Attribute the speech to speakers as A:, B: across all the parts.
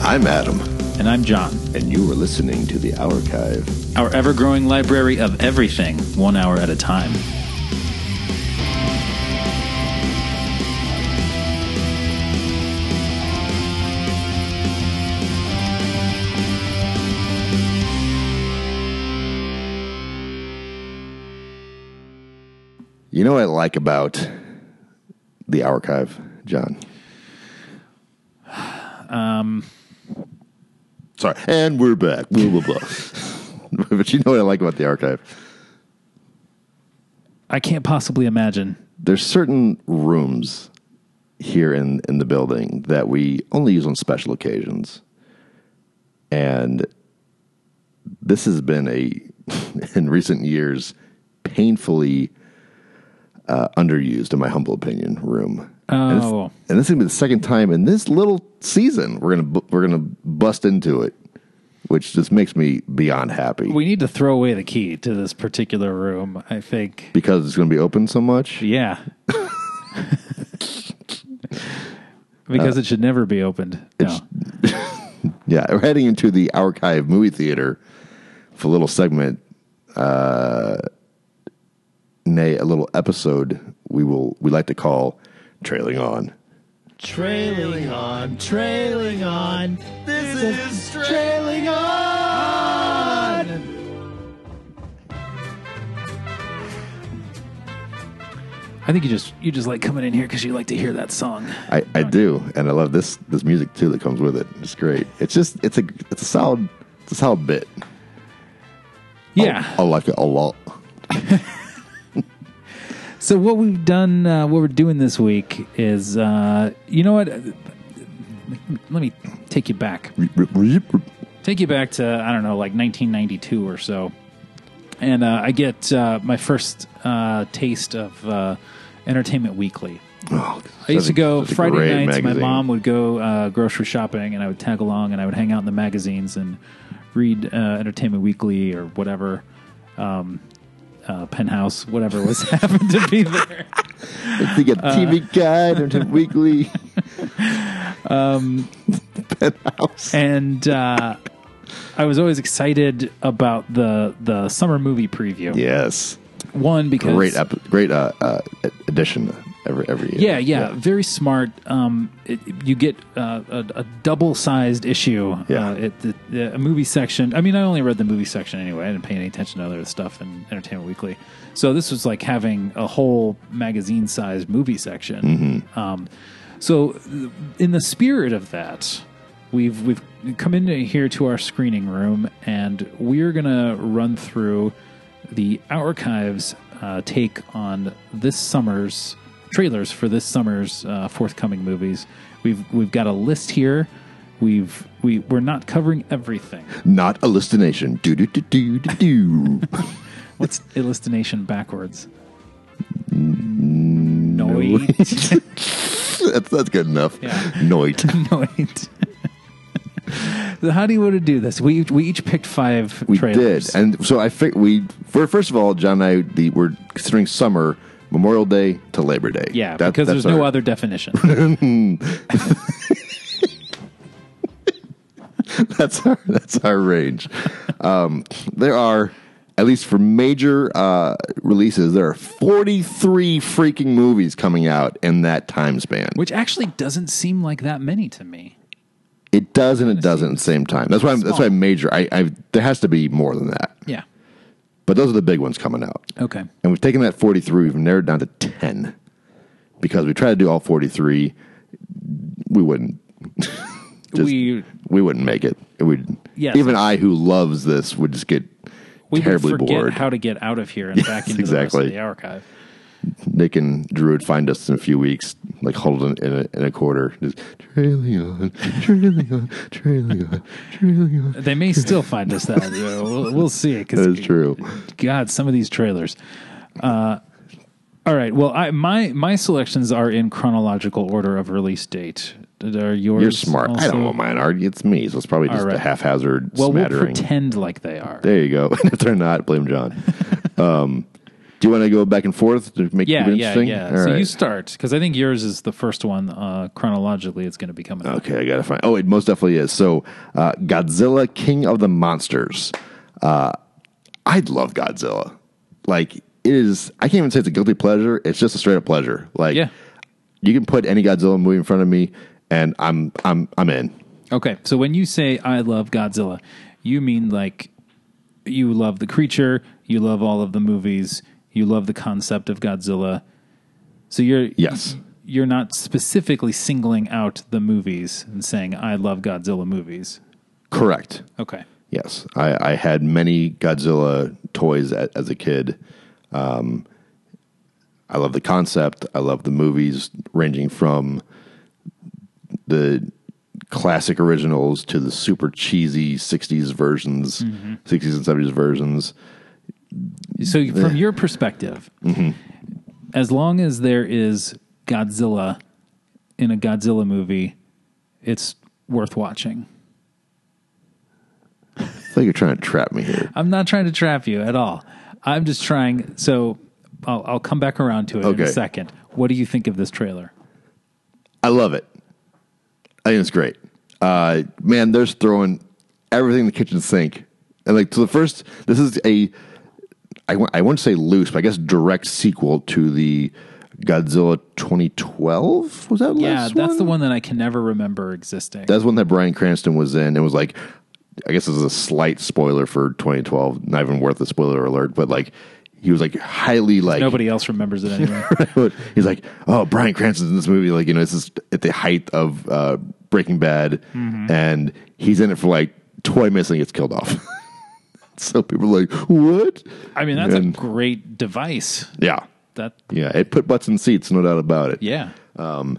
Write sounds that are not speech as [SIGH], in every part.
A: I'm Adam,
B: And I'm John,
A: and you were listening to The Archive.
B: our ever growing library of everything, one hour at a time.
A: You know what I like about The Archive, John? Um, Sorry. And we're back. Blah, blah, blah. [LAUGHS] but you know what I like about The Archive?
B: I can't possibly imagine.
A: There's certain rooms here in, in the building that we only use on special occasions. And this has been a, [LAUGHS] in recent years, painfully uh, underused, in my humble opinion, room. And, it's-
B: Oh.
A: and this is gonna be the second time in this little season we're gonna bu- we're gonna bust into it, which just makes me beyond happy
B: We need to throw away the key to this particular room, I think.
A: because it's gonna be open so much.
B: Yeah. [LAUGHS] because it should never be opened. No.
A: Yeah, we're heading into the archive movie theater for a little segment, uh, nay, a little episode we will we like to call trailing on.
B: Trailing on, trailing on. This is trailing on. I think you just you just like coming in here because you like to hear that song.
A: I, I do, and I love this this music too that comes with it. It's great. It's just it's a it's a solid it's a solid bit. Oh,
B: Yeah.
A: I like it a lot.
B: So what we've done, uh, what we're doing this week is, uh, you know what? Let me take you back. take you back to I don't know, like 1992 or so, and uh, I get uh, my first uh, taste of uh, Entertainment Weekly. I used to go Friday nights. My mom would go uh, grocery shopping, and I would tag along, and I would hang out in the magazines and read uh, Entertainment Weekly or whatever, um, uh, Penthouse, whatever was [LAUGHS] happened to be there.
A: You get
B: uh,
A: TV Guide, Entertainment Weekly,
B: [LAUGHS]
A: Penthouse.
B: and uh, I was always excited about the the summer movie preview.
A: Yes,
B: One because
A: great, ep- great uh, uh, edition every every year.
B: Yeah, yeah, very smart. Um, it, you get uh, a, a double-sized issue.
A: Yeah.
B: uh, it, the, the- a movie section. I mean, I only read the movie section anyway. I didn't pay any attention to other stuff in Entertainment Weekly. So this was like having a whole magazine-sized movie section. Um, so, th- in the spirit of that, we've we've come in here to our screening room, and we're gonna run through the archives uh, take on this summer's trailers for this summer's uh, forthcoming movies. We've we've got a list here. We've we we're not covering everything.
A: Not a listination. Do do do do do
B: [LAUGHS]
A: [LAUGHS] do.
B: What's illumination backwards? Noid.
A: that's that's good enough.
B: Yeah.
A: Noit.
B: Noid. [LAUGHS] so how do you want to do this? We we each picked five.
A: We
B: trailers.
A: did, and so I think we for first of all, John and I the, we're considering summer Memorial Day to Labor Day.
B: Yeah,
A: That-
B: because
A: that's
B: there's no
A: our- [LAUGHS]
B: other definition.
A: [LAUGHS] That's our, that's our
B: [LAUGHS]
A: range. Um, there are, at least for major uh, releases, there are 43 freaking movies coming out in that time span.
B: which actually doesn't seem like that many to me.
A: It does and it doesn't at the same time. That's why I'm, that's why I'm major. I, I there has to be more than that.
B: Yeah.
A: But those are the big ones coming out.
B: Okay.
A: And we've taken that 43, we've narrowed it down to 10 because we tried to do all 43. We wouldn't. Just-
B: we
A: we wouldn't make it. It would.
B: Yes.
A: Even I, who loves this, would just get
B: we would
A: terribly
B: forget
A: bored.
B: how to get out of here and back into
A: exactly.
B: the, rest of the archive.
A: Nick and Drew would find us in a few weeks, like holding in a, in a quarter, just trailing on, trailing on, trailing on, trailing on.
B: They may still find us that. uh, we'll, we'll see.
A: That
B: Because
A: is true.
B: God, some of these trailers. Uh, all right. Well, I, my my selections are in chronological order of release date. Are yours?
A: You're smart. I
B: also?
A: don't want mine, Artie. It's me, so it's probably just
B: All right.
A: a haphazard
B: Well, we'll
A: smattering. [LAUGHS]
B: pretend like they are.
A: there you go. And if they're not, blame John. um, Do you want to go back and forth to make
B: Yeah,
A: it
B: yeah,
A: interesting?
B: yeah.
A: All
B: so you
A: right.
B: start because I think yours is the first one uh, chronologically. It's going to be coming. up.
A: Okay, I gotta find. Oh, it most definitely is. So, uh, Godzilla, King of the Monsters. Uh, I love Godzilla. Like it is. I can't even say it's a guilty pleasure. It's just a straight up pleasure. Like
B: Yeah.
A: you can put any Godzilla movie in front of me, and I'm I'm I'm in.
B: Okay, so when you say I love Godzilla, you mean like you love the creature, you love all of the movies, you love the concept of Godzilla. So you're
A: Yes.
B: you're not specifically singling out the movies and saying I love Godzilla movies.
A: Correct.
B: Okay.
A: Yes, I, I had many Godzilla toys a as a kid. Um, I love the concept. I love the movies, ranging from the classic originals to the super cheesy '60s versions, '60s and '70s versions.
B: So from your perspective,
A: Mm-hmm.
B: as long as there is Godzilla in a Godzilla movie, it's worth watching.
A: I think you're trying to trap me here.
B: I'm not trying to trap you at all. I'm just trying. So I'll, I'll come back around to it in
A: Okay.
B: a second. What do you think of this trailer?
A: I love it. I think it's great. Uh, man, they're just throwing everything in the kitchen sink. And like, so the first, this is a, I, w- I won't say loose, but I guess direct sequel to the Godzilla 2012. Was that
B: Yeah,
A: last
B: that's
A: one?
B: the one that I can never remember existing.
A: That's one that Brian Cranston was in. It was like, I guess this is a slight spoiler for 2012, not even worth a spoiler alert, but like, he was like highly like
B: Nobody else remembers
A: [LAUGHS]
B: it anyway.
A: But [LAUGHS] he's like, oh, Brian Cranston's in this movie. Like, you know, this is at the height of uh, Breaking Bad, and he's in it for like 20 minutes and he gets killed off. [LAUGHS] so people are like, what?
B: I mean, that's
A: And-
B: a great device.
A: Yeah.
B: That
A: Yeah. It put butts in seats, no doubt about it.
B: yeah. Um,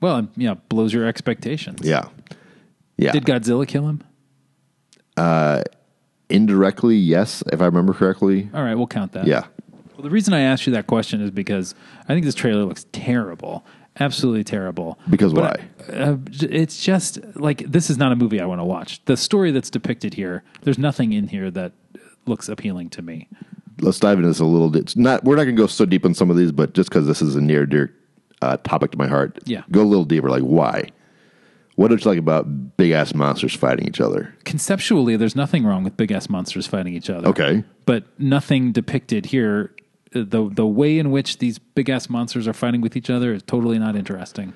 B: well, it, yeah, blows your expectations.
A: Yeah. Yeah.
B: Did Godzilla kill him?
A: Indirectly, yes, if I remember correctly.
B: All right, we'll count that.
A: Yeah.
B: Well, the reason I asked you that question is because I think this trailer looks terrible, absolutely terrible.
A: Because
B: But, uh, it's just like this is not a movie I want to watch. The story that's depicted here, there's nothing in here that looks appealing to me.
A: Let's dive into this a little bit. It's Not we're not going to go so deep on some of these, but just because this is a near dear uh, topic to my heart,
B: Yeah.
A: go a little deeper. Like, why? What don't you like about big ass monsters fighting each other?
B: Conceptually, there's nothing wrong with big ass monsters fighting each other.
A: Okay.
B: but nothing depicted here. uh, the The way in which these big ass monsters are fighting with each other is totally not interesting.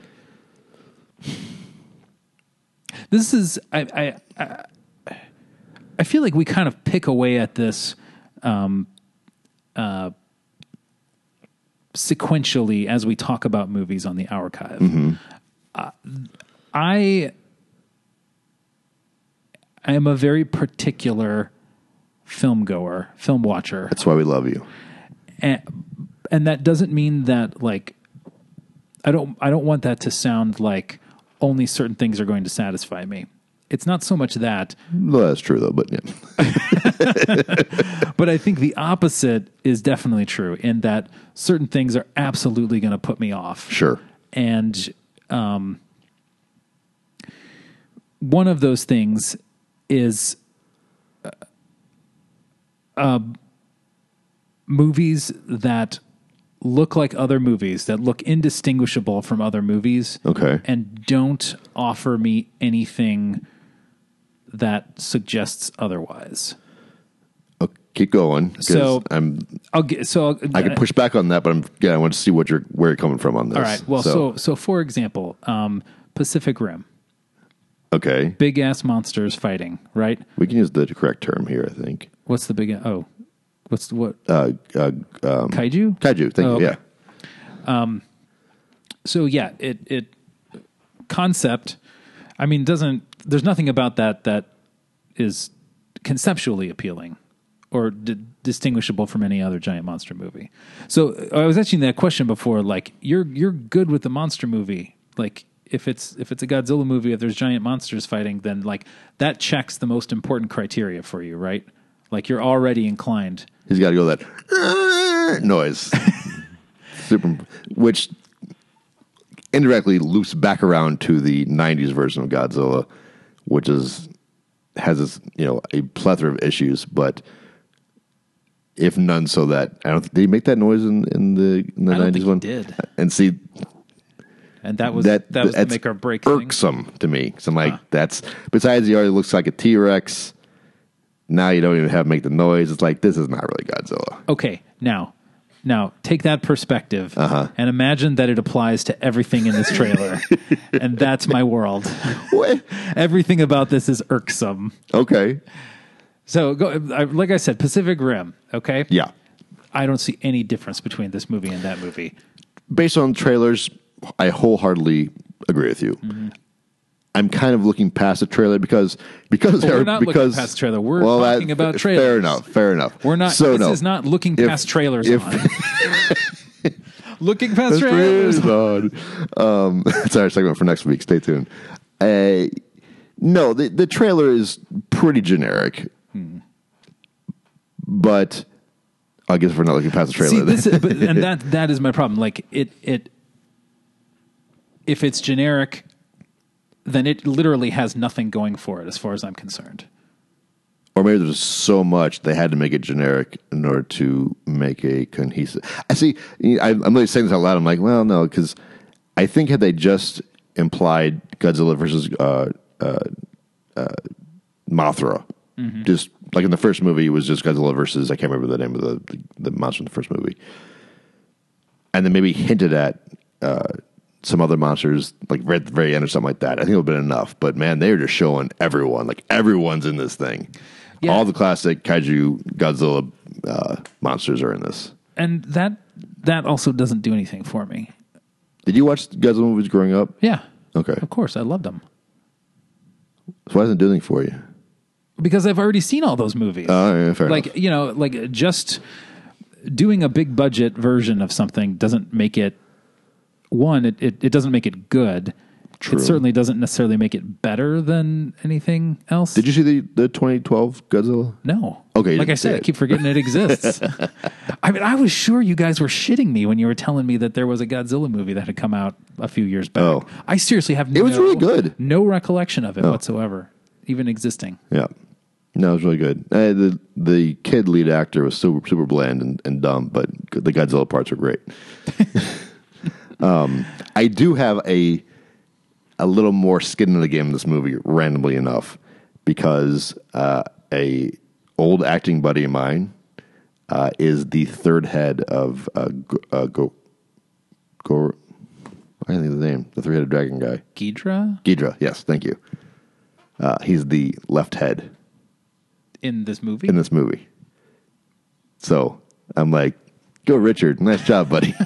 B: This is I I I, I feel like we kind of pick away at this. Um, uh, sequentially as we talk about movies on the archive uh, i i am a very particular film goer, film watcher,
A: That's why we love you.
B: and, and that doesn't mean that like I don't I don't want that to sound like only certain things are going to satisfy me. It's not so much that,
A: Well, that's true though, but yeah.
B: but I think the opposite is definitely true in that certain things are absolutely going to put me off.
A: Sure.
B: And um, one of those things is uh, um, movies that look like other movies, that look indistinguishable from other movies.
A: Okay.
B: And don't offer me anything that suggests otherwise.
A: Oh, keep going. 'cause
B: So-
A: I'm
B: I'll get, so I'll,
A: I can push back on that, but I'm yeah, I want to see what you're where you're coming from on this.
B: all right. Well, so, so, for example, um, Pacific Rim,
A: okay.
B: big ass monsters fighting, right?
A: We can use the correct term here, I think.
B: What's the big? Oh, what's the, what?
A: Uh, uh um
B: kaiju.
A: Kaiju, thank
B: Oh,
A: you.
B: okay. So yeah, it it concept. I mean, doesn't there's nothing about that that is conceptually appealing or d- distinguishable from any other giant monster movie. So uh, I was asking that question before. Like you're you're good with the monster movie. Like if it's if it's a Godzilla movie, if there's giant monsters fighting, then like that checks the most important criteria for you, right? Like you're already inclined
A: Yeah. He's gotta go that "Ah," noise.
B: [LAUGHS]
A: Super which indirectly loops back around to the nineties version of Godzilla, which is has this you know, a plethora of issues, but if none, so that I don't. Think, did he make that noise in in the in the
B: I don't
A: nineties
B: think he
A: one?
B: did.
A: And see
B: and that was
A: that
B: that, was the
A: that's
B: make or break thing.
A: irksome to me because I'm like that's besides he already looks like a T Rex. Now you don't even have to make the noise. It's like this is not really Godzilla.
B: Okay, now, now take that perspective
A: Uh-huh.
B: and imagine that it applies to everything in this
A: [LAUGHS]
B: trailer, and that's my world.
A: What?
B: Everything about this is irksome.
A: Okay.
B: So, go, I, like I said, Pacific Rim. Okay,
A: Yeah.
B: I don't see any difference between this movie and that movie.
A: Based on trailers, I wholeheartedly agree with you.
B: Mm-hmm.
A: I'm kind of looking past the trailer because because
B: Well, we're
A: there-
B: not looking
A: because
B: past the trailer. We're talking about
A: Fair
B: trailers.
A: enough. Fair enough.
B: We're not.
A: So
B: this
A: no.
B: is not looking
A: If-
B: past trailers
A: [LAUGHS] if-
B: on. [LAUGHS]
A: [LAUGHS]
B: looking past
A: That's
B: trailers.
A: really odd. Um, [LAUGHS] that's our segment for next week. Stay tuned. Uh, no, the, the trailer is pretty generic,
B: Hmm.
A: but I guess we're not looking past the trailer.
B: See,
A: then.
B: this is,
A: [LAUGHS]
B: but, and that that is my problem. Like it it if it's generic, then it literally has nothing going for it, as far as I'm concerned.
A: or maybe there's so much they had to make it generic in order to make a cohesive. I see. I- I'm really saying this out loud. I'm like, well, no, because I think had they just implied Godzilla versus uh, uh, uh, Mothra, just like in the first movie, it was just Godzilla versus I can't remember the name of the the, the monster in the first movie, and then maybe hinted at. Uh, some other monsters, like right at the very end or something like that. I think it would have been enough. But man, they were just showing everyone. Like everyone's in this thing.
B: Yeah.
A: All the classic kaiju Godzilla uh, monsters are in this.
B: And that that also doesn't do anything for me.
A: Did you watch Godzilla movies growing up?
B: Yeah.
A: Okay.
B: Of course, I loved them
A: So why doesn't it do anything for you?
B: because I've already seen all those movies.
A: Oh, yeah, fair
B: like
A: enough.
B: you know, like just doing a big budget version of something doesn't make it one. It it, it doesn't make it good.
A: True.
B: It certainly doesn't necessarily make it better than anything else.
A: Did you see the, the 2012 Godzilla?
B: No.
A: Okay, you
B: Like
A: didn't
B: I
A: see
B: said, I
A: it.
B: keep forgetting
A: [LAUGHS]
B: it exists. I mean, I was sure you guys were shitting me when you were telling me that there was a Godzilla movie that had come out a few years back.
A: Oh.
B: I seriously have no,
A: was really good. Oh.
B: No recollection of it whatsoever, even existing.
A: Yeah. No, it was really good. Uh, the the kid lead actor was super super bland and, and dumb, but the Godzilla parts are great. [LAUGHS] um, I do have a a little more skin in the game in this movie, randomly enough, because uh, a old acting buddy of mine uh, is the third head of uh, Go, uh, Go, Go, I can't think of the name, the three headed dragon guy.
B: Ghidra
A: Ghidra, yes, thank you. Uh, he's the left head
B: in this movie?
A: in this movie. So I'm like, go Richard, nice job, buddy. [LAUGHS]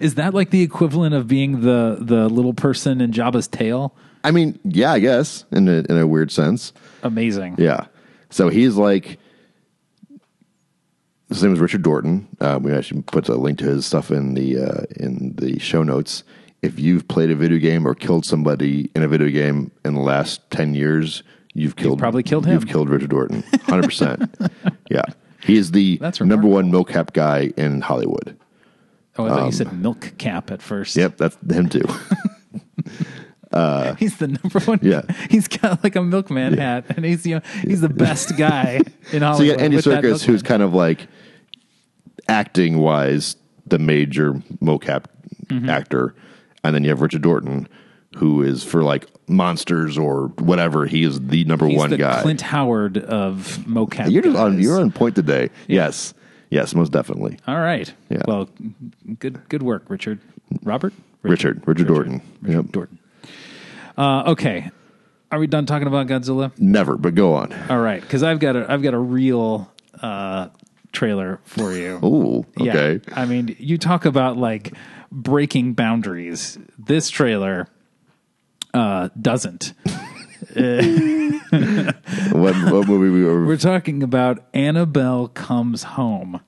B: Is that like the equivalent of being the, the little person in Jabba's tail?
A: I mean, yeah, I guess in a, in a weird sense,
B: Amazing.
A: yeah. So he's like, his name is Richard Dorton. Uh, we actually put a link to his stuff in the uh, in the show notes. If you've played a video game or killed somebody in a video game in the last ten years, you've killed
B: probably killed
A: You've
B: him.
A: killed Richard
B: [LAUGHS]
A: Dorton, hundred percent. Yeah, he is the
B: That's
A: number one mocap guy in Hollywood.
B: Oh, I thought
A: Um,
B: you said milk cap at first.
A: Yep, that's him too.
B: [LAUGHS] He's the number one.
A: Yeah.
B: [LAUGHS] He's got like a milkman hat and he's, you know, he's the best
A: [LAUGHS]
B: guy in Hollywood.
A: so you got Andy
B: with that
A: Serkis,
B: milkman.
A: who's kind of like acting wise the major mocap
B: Mm-hmm.
A: actor, and then you have Richard Dorton, who is for like monsters or whatever. He is the number
B: He's
A: one
B: the
A: guy.
B: Clint Howard of mocap.
A: you're just on
B: guys.
A: you're on point today. Yes, yes, most definitely.
B: All right.
A: Yeah.
B: Well, good good work, Richard. Robert.
A: Richard, Richard, Dorton.
B: Richard
A: Yep.
B: Dorton. Uh, okay. Are we done talking about Godzilla?
A: [LAUGHS] Never, but go on.
B: All right, because I've got a I've got a real uh, trailer for you.
A: Ooh, Oh, okay.
B: Yeah. I mean, you talk about like breaking boundaries. This trailer uh, doesn't.
A: What, what movie we were?
B: [LAUGHS] We're talking about Annabelle comes home.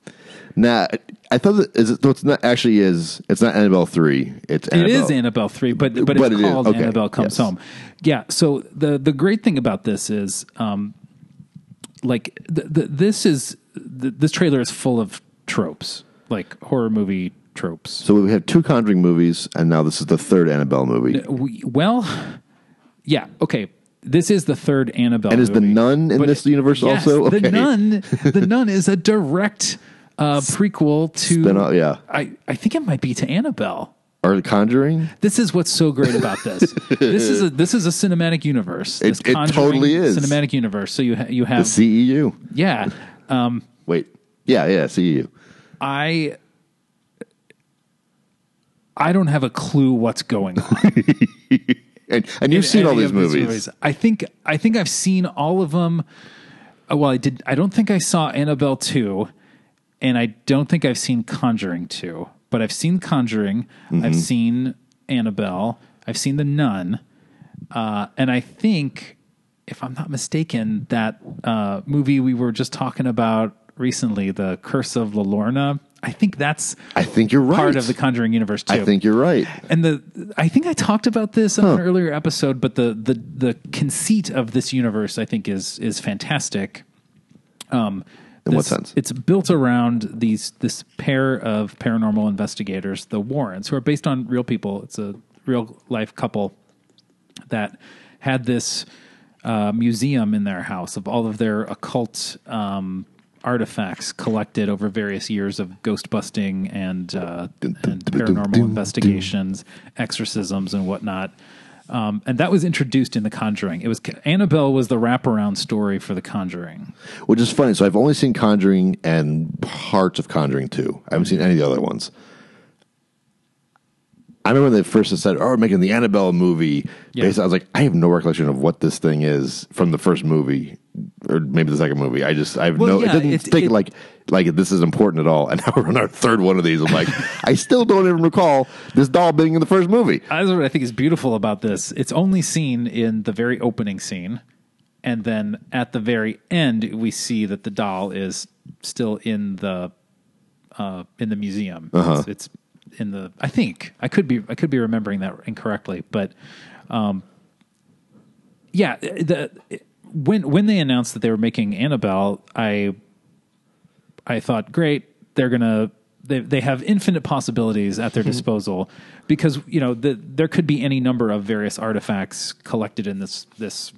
A: Nah, I thought that, is it, so it's not actually is it's not Annabelle three. It's Annabelle.
B: It is Annabelle three, but but,
A: But
B: it's
A: it is.
B: called
A: Okay.
B: Annabelle
A: Yes.
B: Comes Home. Yeah. So the the great thing about this is, um, like the, the, this is th this trailer is full of tropes, like horror movie tropes.
A: So we have two Conjuring movies, and now this is the third Annabelle movie.
B: We, well, yeah. Okay. This is the third Annabelle.
A: And is the
B: movie,
A: nun in
B: but-
A: this universe
B: Yes,
A: also?
B: the
A: Okay.
B: nun? The nun is a direct uh, prequel to.
A: Spin-off, uh, yeah.
B: I I think it might be to Annabelle.
A: Or The Conjuring?
B: This is what's so great about this.
A: [LAUGHS]
B: this is a this is a cinematic universe. This
A: It- it
B: Conjuring
A: totally is.
B: cinematic universe. So you ha- you have
A: CEU.
B: yeah. Um,
A: E Wait. Yeah, yeah, E CEU.
B: I I don't have a clue
A: [LAUGHS]
B: what's going on.
A: And, and you've
B: in
A: seen all
B: any
A: these
B: of
A: movies.
B: I think I think I've seen all of them. Uh, Well, I did. I don't think I saw Annabelle two, and I don't think I've seen Conjuring two. But I've seen Conjuring.
A: Mm-hmm.
B: I've seen Annabelle. I've seen The Nun, uh, and I think, if I'm not mistaken, that uh, movie we were just talking about recently, The Curse of La Llorona. I think that's
A: I think you're right.
B: part of the Conjuring universe too.
A: I think you're right.
B: And the I think I talked about this on an earlier episode, but the the the conceit of this universe I think is is fantastic.
A: In what
B: This-
A: sense?
B: It's built around these this pair of paranormal investigators, the Warrens, who are based on real people. It's a real life couple that had this uh, museum in their house of all of their occult um, artifacts collected over various years of ghost busting and, uh, and paranormal investigations, exorcisms, and whatnot. Um, and that was introduced in The Conjuring. It was Annabelle was the wraparound story for The Conjuring.
A: Which is funny. So I've only seen Conjuring and parts of Conjuring 2. I haven't seen any of the other ones. I remember when they first said, "Oh, we're making the Annabelle movie."
B: Yeah.
A: Based, I was like, "I have no recollection of what this thing is from the first movie, or maybe the second movie." I just, I have
B: Well,
A: no.
B: yeah,
A: I didn't
B: it-
A: think
B: it-
A: like like this is important at all. [LAUGHS] And now we're on our third one of these. I'm
B: [LAUGHS]
A: like, I still don't even recall this doll being in the first movie.
B: That's what I think is beautiful about this. It's only seen in the very opening scene, and then at the very end, we see that the doll is still in the uh, in the museum. It's, it's in the. I think I could be I could be remembering that incorrectly, but um, yeah, the when when they announced that they were making Annabelle, I I thought, great, they're gonna they they have infinite possibilities at their disposal because you know the, there could be any number of various artifacts collected in this this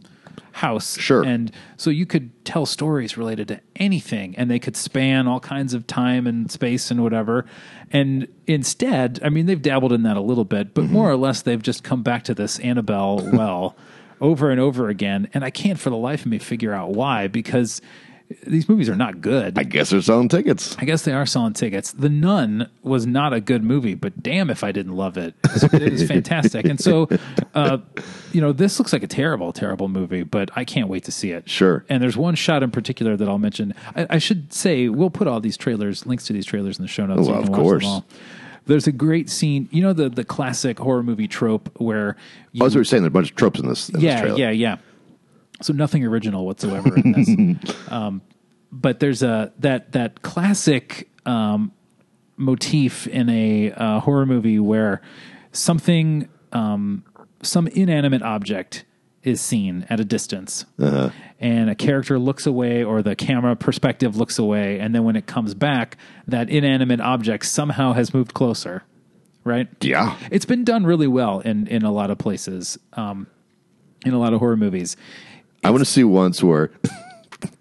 B: house.
A: Sure.
B: and so you could tell stories related to anything, and they could span all kinds of time and space and whatever. And instead, I mean, they've dabbled in that a little bit, but more or less, they've just come back to this Annabelle well. Over and over again, and I can't for the life of me figure out why because these movies are not good.
A: I guess they're selling tickets.
B: I guess they are selling tickets. The Nun was not a good movie, but damn if I didn't love it. It was,
A: [LAUGHS]
B: it was fantastic. And so, uh, you know, this looks like a terrible, terrible movie, but I can't wait to see it.
A: Sure.
B: And there's one shot in particular that I'll mention. I, I should say we'll put all these trailers, links to these trailers in the show notes. so you
A: well,
B: can
A: Oh, of
B: watch them
A: course.
B: all. There's a great scene. You know the the classic horror movie trope where you
A: I was already Oh, saying there are a bunch of tropes in this. In this
B: yeah,
A: trailer.
B: yeah, yeah. So nothing original whatsoever in this. um, but there's a that that classic um, motif in a uh, horror movie where something um, some inanimate object is seen at a distance and a character looks away or the camera perspective looks away and then when it comes back that inanimate object somehow has moved closer right
A: yeah.
B: it's been done really well in in a lot of places um in a lot of horror movies
A: I want to see once where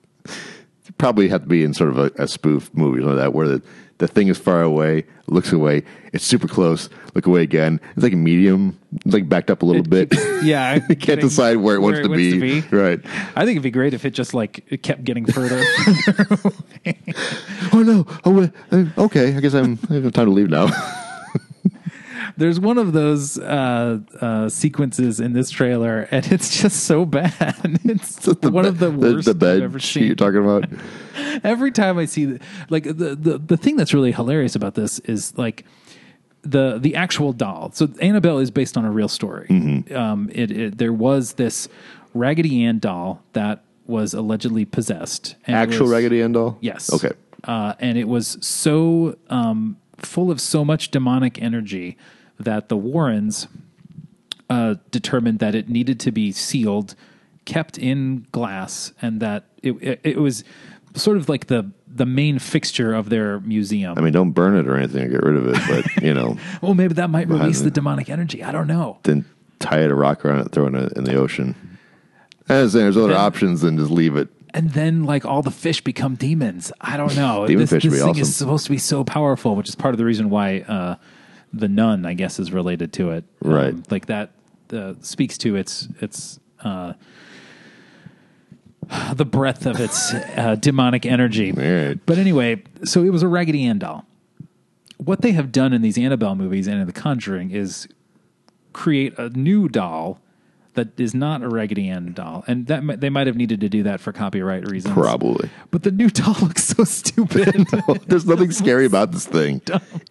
A: [LAUGHS] probably have to be in sort of a, a spoof movie or that where the, the thing is far away, looks away, it's super close, look away again. It's like medium, it's like backed up a little bit.
B: yeah i
A: [LAUGHS] You can't decide where it wants to, be. Right.
B: i think it'd be great if it just like it kept
A: [LAUGHS]
B: getting further
A: Oh no. Oh wait. Uh, okay. I guess I'm. I have time to leave now.
B: there's one of those uh uh sequences in this trailer and it's just so bad [LAUGHS] it's one of the
A: [LAUGHS]
B: worst
A: the bed
B: i've ever
A: sheet you're
B: seen
A: talking
B: [LAUGHS]
A: about.
B: every time I see, the- like the, the the thing that's really hilarious about this is like the the actual doll. So Annabelle is based on a real story.
A: Mm-hmm.
B: Um, it, it there was this Raggedy Ann doll that was allegedly possessed. And it
A: Actual
B: was-
A: Raggedy Ann doll.
B: Yes.
A: Okay.
B: Uh, and it was so um, full of so much demonic energy that the Warrens uh, determined that it needed to be sealed, kept in glass, and that it, it, it was sort of like the the main fixture of their museum.
A: I mean, don't burn it or anything or get rid of it, but you
B: [LAUGHS]
A: know,
B: oh, maybe that might release the demonic energy. I don't know.
A: then tie it a rock around it, throw it in, in the ocean. I was saying there's other options than just leave it.
B: and then like all the fish become demons. I don't
A: [LAUGHS]
B: know.
A: Demon
B: this
A: fish would
B: this
A: be
B: thing
A: awesome.
B: is supposed to be so powerful, which is part of the reason why uh, the nun, I guess, is related to it. Um,
A: Right.
B: like that uh, speaks to its its uh, the breadth of its uh, demonic energy.
A: right.
B: But anyway, so it was a Raggedy Ann doll. What they have done in these Annabelle movies and in The Conjuring is create a new doll that is not a Raggedy Ann doll, and that mi- they might have needed to do that for copyright reasons.
A: Probably.
B: But the new [LAUGHS] doll looks
A: [LAUGHS]
B: so stupid.
A: There's nothing scary about this thing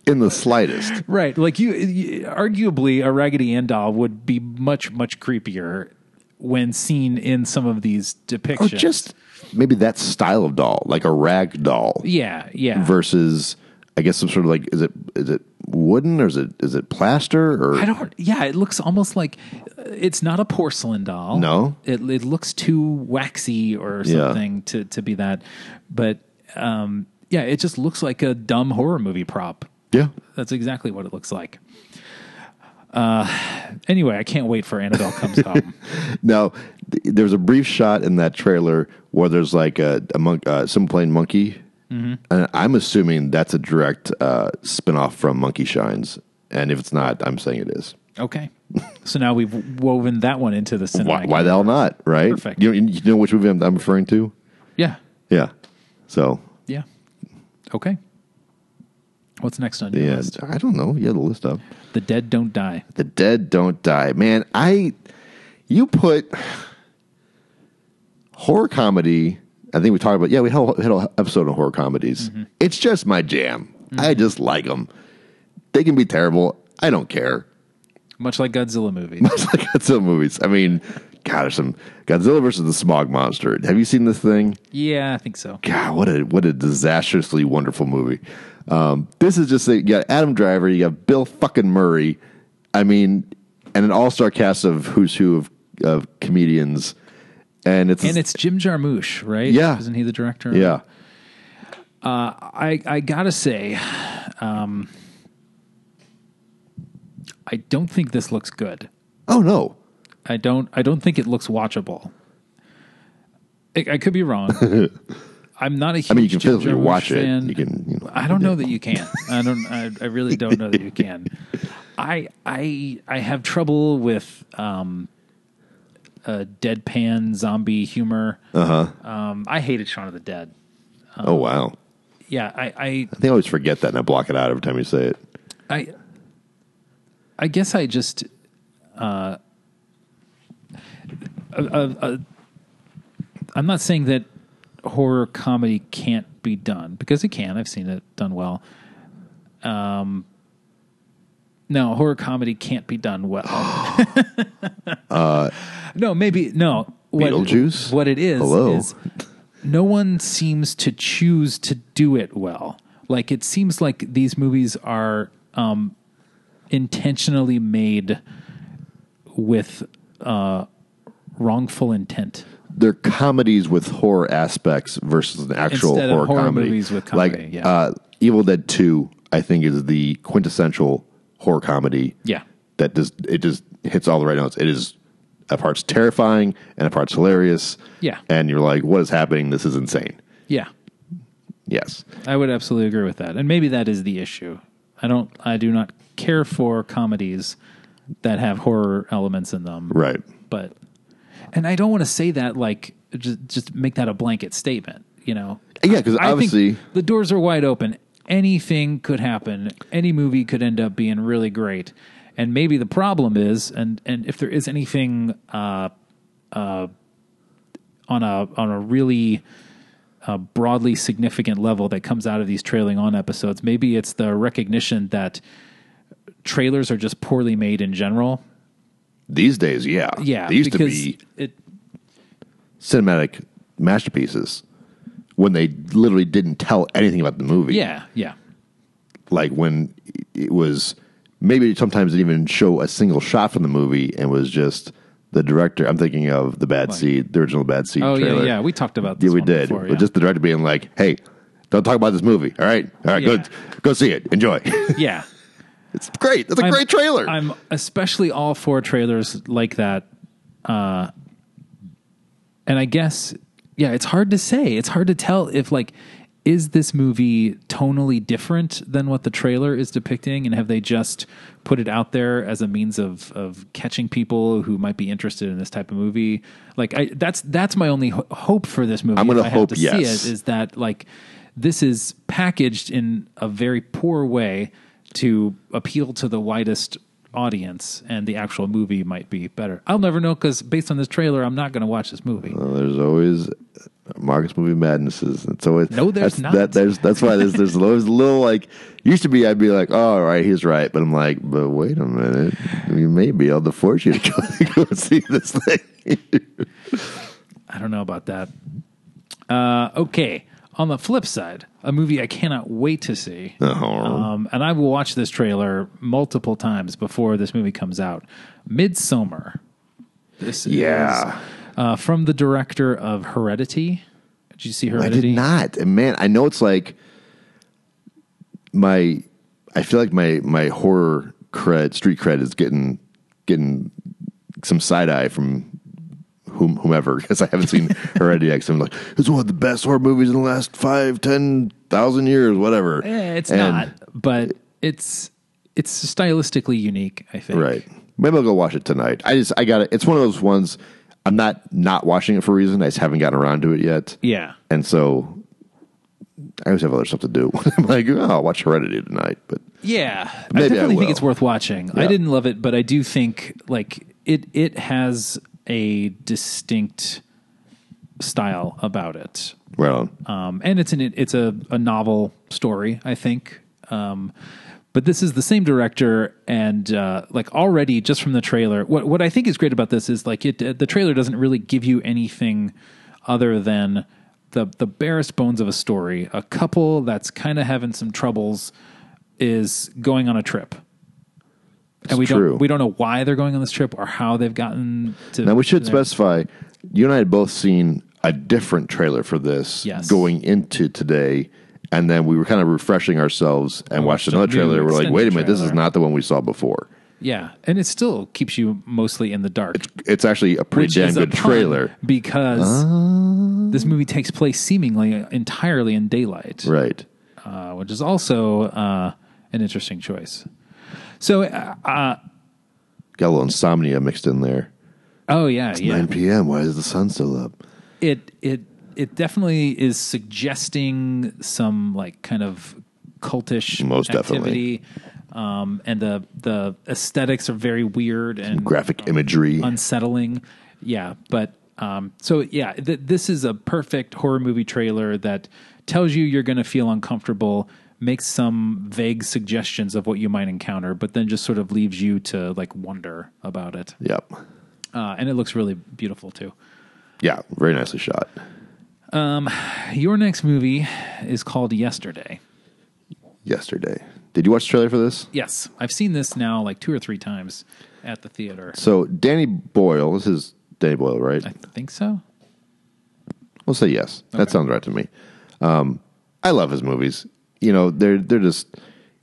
A: in the slightest.
B: [LAUGHS] right. Like you, you arguably a Raggedy Ann doll would be much much creepier when seen in some of these depictions.
A: Or just maybe that style of doll, like a rag doll
B: yeah, yeah.
A: versus I guess some sort of like is it is it wooden or is it is it plaster or
B: I don't. Yeah, it looks almost like uh, it's not a porcelain doll.
A: No?
B: it it looks too waxy or
A: Yeah.
B: something to to be that. But um, yeah, it just looks like a dumb horror movie prop.
A: Yeah.
B: That's exactly what it looks like. Uh, anyway, I can't wait for Annabelle
A: [LAUGHS]
B: comes home.
A: Now th- there's a brief shot in that trailer where there's like a, a monk uh, some playing monkey. And I'm assuming that's a direct uh, spinoff from Monkey Shines. And if it's not, I'm saying it is.
B: Okay, so now we've woven that one into the cinematic.
A: Why, why the hell not? Right?
B: Perfect.
A: You, you know which movie I'm, I'm referring to?
B: Yeah,
A: Yeah. So
B: yeah. Okay. What's next on your
A: yeah,
B: list?
A: I don't know. You had the list up.
B: The dead don't die.
A: The dead don't die, man. I you put horror comedy. I think we talked about. Yeah, we had a, had a episode on horror comedies. It's just my jam. I just like them. They can be terrible. I don't care. [LAUGHS]
B: Much like Godzilla movies.
A: It's like Godzilla movies. I mean, God, there's some Godzilla versus the Smog Monster. Have you seen this thing?
B: yeah, I think so.
A: God, what a what a disastrously wonderful movie. Um, this is just a, you got Adam Driver, you got Bill fucking Murray. I mean, and an all star cast of who's who of of comedians, and it's
B: And it's Jim Jarmusch, right?
A: Yeah.
B: Isn't he the director?
A: yeah,
B: I, I gotta say, um, I don't think this looks good.
A: oh no,
B: I don't. I don't think it looks watchable. I, I could
A: [LAUGHS]
B: be wrong. I'm not a huge.
A: I mean you can
B: Jim
A: physically
B: Jarmusch
A: watch
B: fan.
A: it. You can, you know,
B: I
A: [LAUGHS]
B: don't know that you can. I don't. I, I really don't know that you can. I I I have trouble with um, uh, deadpan zombie humor.
A: Uh-huh.
B: Uh huh. Um, I hated Shaun of the Dead.
A: oh wow,
B: Yeah, I
A: I think I always forget that and I block it out every time you say it.
B: I I, I guess I just I'm not saying that horror comedy can't be done because it can. I've seen it done well. Um, no, horror comedy can't be
A: [GASPS]
B: done well. no, maybe no. What,
A: Uh, Beetlejuice?
B: What it is
A: Hello.
B: is no one seems to choose to do it well. Like it seems like these movies are um, intentionally made with uh, wrongful intent.
A: they're comedies with horror aspects versus an actual
B: Instead of
A: horror,
B: horror
A: comedy.
B: movies with comedy,
A: like
B: yeah.
A: uh, Evil Dead Two, I think is the quintessential horror comedy.
B: Yeah.
A: that just it just hits all the right notes. It is a part's terrifying and a part's hilarious.
B: Yeah.
A: and you're like, what is happening? This is insane.
B: Yeah.
A: Yes,
B: I would absolutely agree with that, and maybe that is the issue. I don't. I do not care for comedies that have horror elements in them,
A: right.
B: but and I don't want to say that like just just make that a blanket statement. You know,
A: Yeah, because
B: I think
A: obviously,
B: the doors are wide open. Anything could happen. Any movie could end up being really great. And maybe the problem is, and and if there is anything uh, uh, on a on a really uh, broadly significant level that comes out of these trailing on episodes, maybe it's the recognition that trailers are just poorly made in general.
A: these days, yeah,
B: Yeah,
A: they used to
B: because
A: be
B: it
A: cinematic masterpieces when they literally didn't tell anything about the movie.
B: yeah yeah
A: like when it was maybe sometimes it even show a single shot from the movie and was just the director. I'm thinking of the Bad Seed, the original Bad Seed
B: oh
A: trailer.
B: yeah yeah we talked about this
A: Yeah, we
B: one
A: did.
B: before,
A: But just the director being like, "Hey, don't talk about this movie. All right, all right,
B: Yeah.
A: good. Go see it. Enjoy. [LAUGHS]
B: yeah.
A: it's great. It's a
B: I'm-
A: great trailer.
B: I'm especially all for trailers like that. Uh, and I guess yeah, it's hard to say. It's hard to tell if like is this movie tonally different than what the trailer is depicting and have they just put it out there as a means of of catching people who might be interested in this type of movie like I, that's that's my only ho- hope for this movie
A: I'm gonna
B: if I have
A: hope
B: to
A: yes.
B: see it is that like this is packaged in a very poor way to appeal to the widest audience and the actual movie might be better i'll never know because based on this trailer i'm not going to watch this movie
A: Well, there's always Marcus movie madnesses. It's always
B: No, there's
A: that's,
B: not.
A: That, there's that's why there's there's always a little like used to be. I'd be like, oh, all right, he's right, but I'm like, but wait a minute, you may be able to force you to go, [LAUGHS] go see this thing.
B: I don't know about that. Uh, okay. On the flip side, a movie I cannot wait to see.
A: Oh.
B: Um, and I will watch this trailer multiple times before this movie comes out. Midsummer. This
A: Yeah.
B: is uh, from the director of Heredity. Did you see
A: I
B: Heredity?
A: did not, and man, I know it's like my. I feel like my my horror cred, street cred, is getting getting some side eye from whom, whomever [LAUGHS] because I haven't seen Heredity X. I'm like, it's one of the best horror movies in the last five, ten thousand years, whatever.
B: Eh, it's
A: And-
B: not, but it's it's stylistically unique. I think.
A: right. Maybe I'll go watch it tonight. I just I got it. It's one of those ones. I'm not not watching it for a reason. I just haven't gotten around to it yet.
B: Yeah.
A: And so I always have other stuff to do. [LAUGHS] I'm like, oh, I'll watch Heredity tonight. But
B: Yeah,
A: Maybe I
B: I definitely
A: will.
B: think it's worth watching. I
A: Yeah.
B: didn't love it, but I do think like it it has a distinct style about it,
A: well,
B: um, and it's an it's a, a novel story, I think. Um, but this is the same director, and uh, like already just from the trailer, what what I think is great about this is like it uh, the trailer doesn't really give you anything other than the the barest bones of a story. A couple that's kind of having some troubles is going on a trip. and we
A: true.
B: don't we don't know why they're going on this trip or how they've gotten to.
A: now we should
B: to there.
A: specify you and I had both seen a different trailer for this
B: Yes.
A: going into today. And then we were kind of refreshing ourselves and watched,
B: watched a
A: another
B: new
A: trailer. We're like,
B: extended
A: wait a minute, this is
B: trailer.
A: not the one we saw before.
B: yeah, and it still keeps you mostly in the dark.
A: It's actually a pretty
B: which
A: damn
B: is a
A: good
B: pun
A: trailer. Ah.
B: because this movie takes place seemingly entirely in daylight,
A: Right.
B: uh, which is also uh, an interesting choice. So, uh, uh,
A: Got a little insomnia mixed in there.
B: oh yeah, yeah,
A: 9 p.m. Why is the sun still up?
B: it it it definitely is suggesting some like kind of cultish
A: Most
B: activity. Um, and the the aesthetics are very weird and
A: Graphic imagery.
B: unsettling. Yeah, but um, so yeah, th- this is a perfect horror movie trailer that tells you you're going to feel uncomfortable, makes some vague suggestions of what you might encounter, but then just sort of leaves you to like wonder about it.
A: Yep.
B: Uh, and it looks really beautiful too.
A: Yeah. Very nicely shot.
B: Your next movie is called Yesterday.
A: Yesterday. Did you watch the trailer for this?
B: Yes, I've seen this now like two or three times at the theater.
A: So Danny Boyle, this is Danny Boyle, right?
B: I think so.
A: We'll say yes. That sounds right to me. Um, I love his movies. You know, they're they're just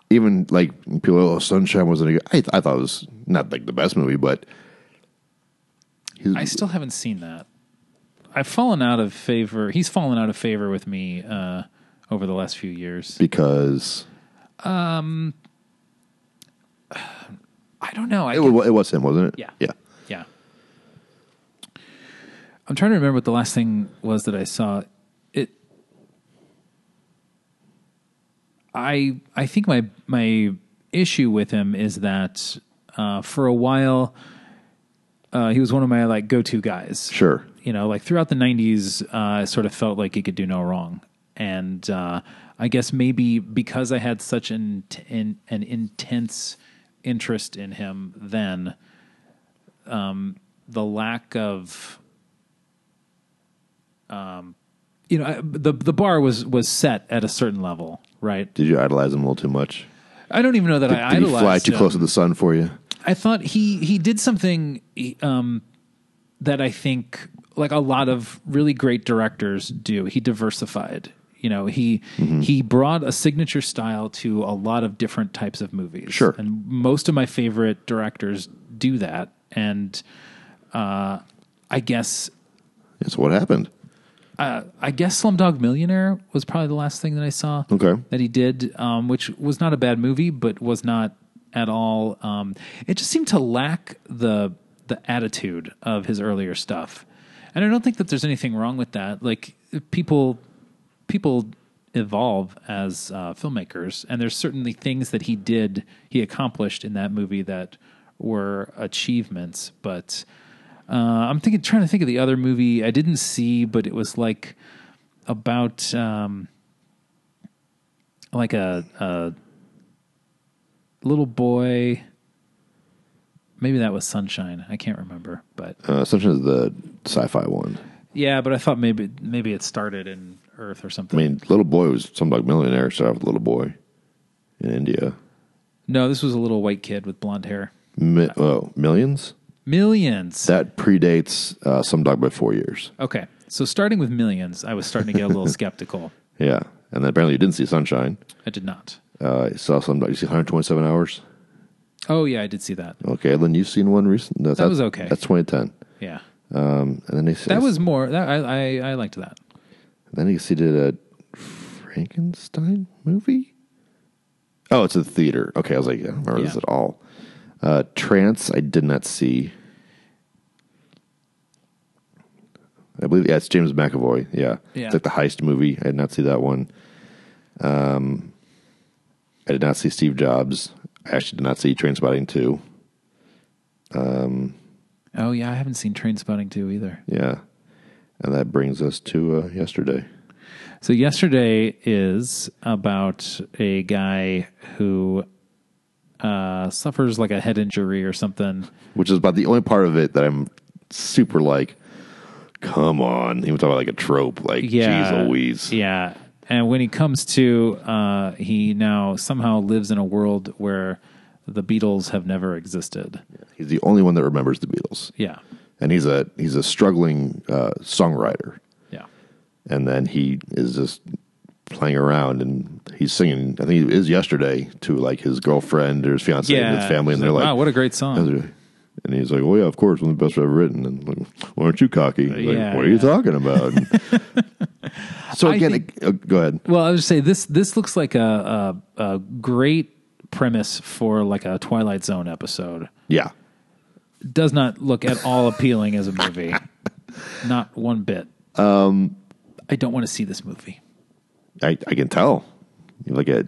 A: even like people. Oh, Sunshine wasn't. A good, I I thought it was not like the best movie, but his,
B: I still haven't seen that. I've fallen out of favor. He's fallen out of favor with me uh, over the last few years.
A: because
B: I don't know. I
A: it, wa- it was him, wasn't it?
B: Yeah.
A: yeah.
B: yeah. I'm trying to remember what the last thing was that I saw. It. I I think my my issue with him is that uh, for a while uh, he was one of my like go to guys.
A: Sure.
B: you know, like throughout the '90s, uh, I sort of felt like he could do no wrong, and uh, I guess maybe because I had such an an, an intense interest in him then, um, the lack of, um, you know, I, the the bar was was set at a certain level, right?
A: Did you idolize him a little too much?
B: I don't even know that I
A: Did he
B: idolized
A: fly too
B: him.
A: close to the sun for you?
B: I thought he he did something um, that I think like a lot of really great directors do. He diversified. You know, he
A: Mm-hmm.
B: he brought a signature style to a lot of different types of movies.
A: Sure.
B: and most of my favorite directors do that. And uh, I guess
A: It's what happened.
B: uh, I guess Slumdog Millionaire was probably the last thing that I saw.
A: Okay.
B: That he did, um, which was not a bad movie, but was not at all. Um, it just seemed to lack the the attitude of his earlier stuff, and I don't think that there's anything wrong with that. Like people, people evolve as uh, filmmakers, and there's certainly things that he did, he accomplished in that movie that were achievements, but. Uh, I'm thinking, trying to think of the other movie I didn't see, but it was like about um, like a, a little boy. Maybe that was Sunshine. I can't remember, but
A: Uh, Sunshine the sci-fi one.
B: yeah. But I thought maybe maybe it started in Earth or
A: I
B: something.
A: mean, Little Boy was some like millionaire. Started with Little Boy in India.
B: no, this was a little white kid with blonde hair.
A: Mi- oh, millions.
B: Millions.
A: That predates uh, some dog by four years.
B: okay, so starting with millions, I was starting to get a little skeptical.
A: Yeah, and then apparently you didn't see Sunshine.
B: I did not.
A: Uh, you saw some. You see 127 hours.
B: Oh yeah, I did see that.
A: Okay, then you've seen one recent. That,
B: was okay.
A: That's 2010.
B: Yeah,
A: Um, and then he
B: that was more. That, I, I I liked that.
A: Then he see did a Frankenstein movie. Oh, it's a theater. Okay, I was like, I don't remember this
B: Yeah.
A: at all. Uh, Trance, I did not see. I believe yeah, it's James McAvoy. Yeah,
B: Yeah.
A: it's like the heist movie. I did not see that one. Um, I did not see Steve Jobs. I actually did not see Trainspotting two.
B: Oh yeah, I haven't seen Train Spotting 2 either.
A: Yeah, and that brings us to uh, yesterday.
B: So yesterday is about a guy who uh, suffers like a head injury or something.
A: which is about the only part of it that I'm super like, come on. He was talking about like a trope, like,
B: Yeah,
A: geez Louise.
B: Yeah, and when he comes to, uh, he now somehow lives in a world where the Beatles have never existed.
A: He's the only one that remembers the Beatles.
B: Yeah,
A: And he's a he's a struggling uh, songwriter.
B: yeah,
A: And then he is just playing around and he's singing, I think it is yesterday, to like his girlfriend or his fiance
B: yeah.
A: and his family. And
B: He's "Oh,
A: they're like,
B: "Wow, what a great
A: "Those
B: song!"
A: are-" and he's like, well, yeah, of course, one of the best I've ever written. And like, well, aren't you cocky? He's like,
B: Yeah,
A: what are you
B: yeah.
A: talking
B: [LAUGHS]
A: about? so
B: I
A: again,
B: think-
A: uh, go ahead.
B: Well, I would say this. This looks like a, a, a great premise for like a Twilight Zone episode.
A: Yeah.
B: does not look at all appealing as
A: [LAUGHS]
B: a movie. not one bit. Um, I don't want to see this movie.
A: I, I can tell. You like a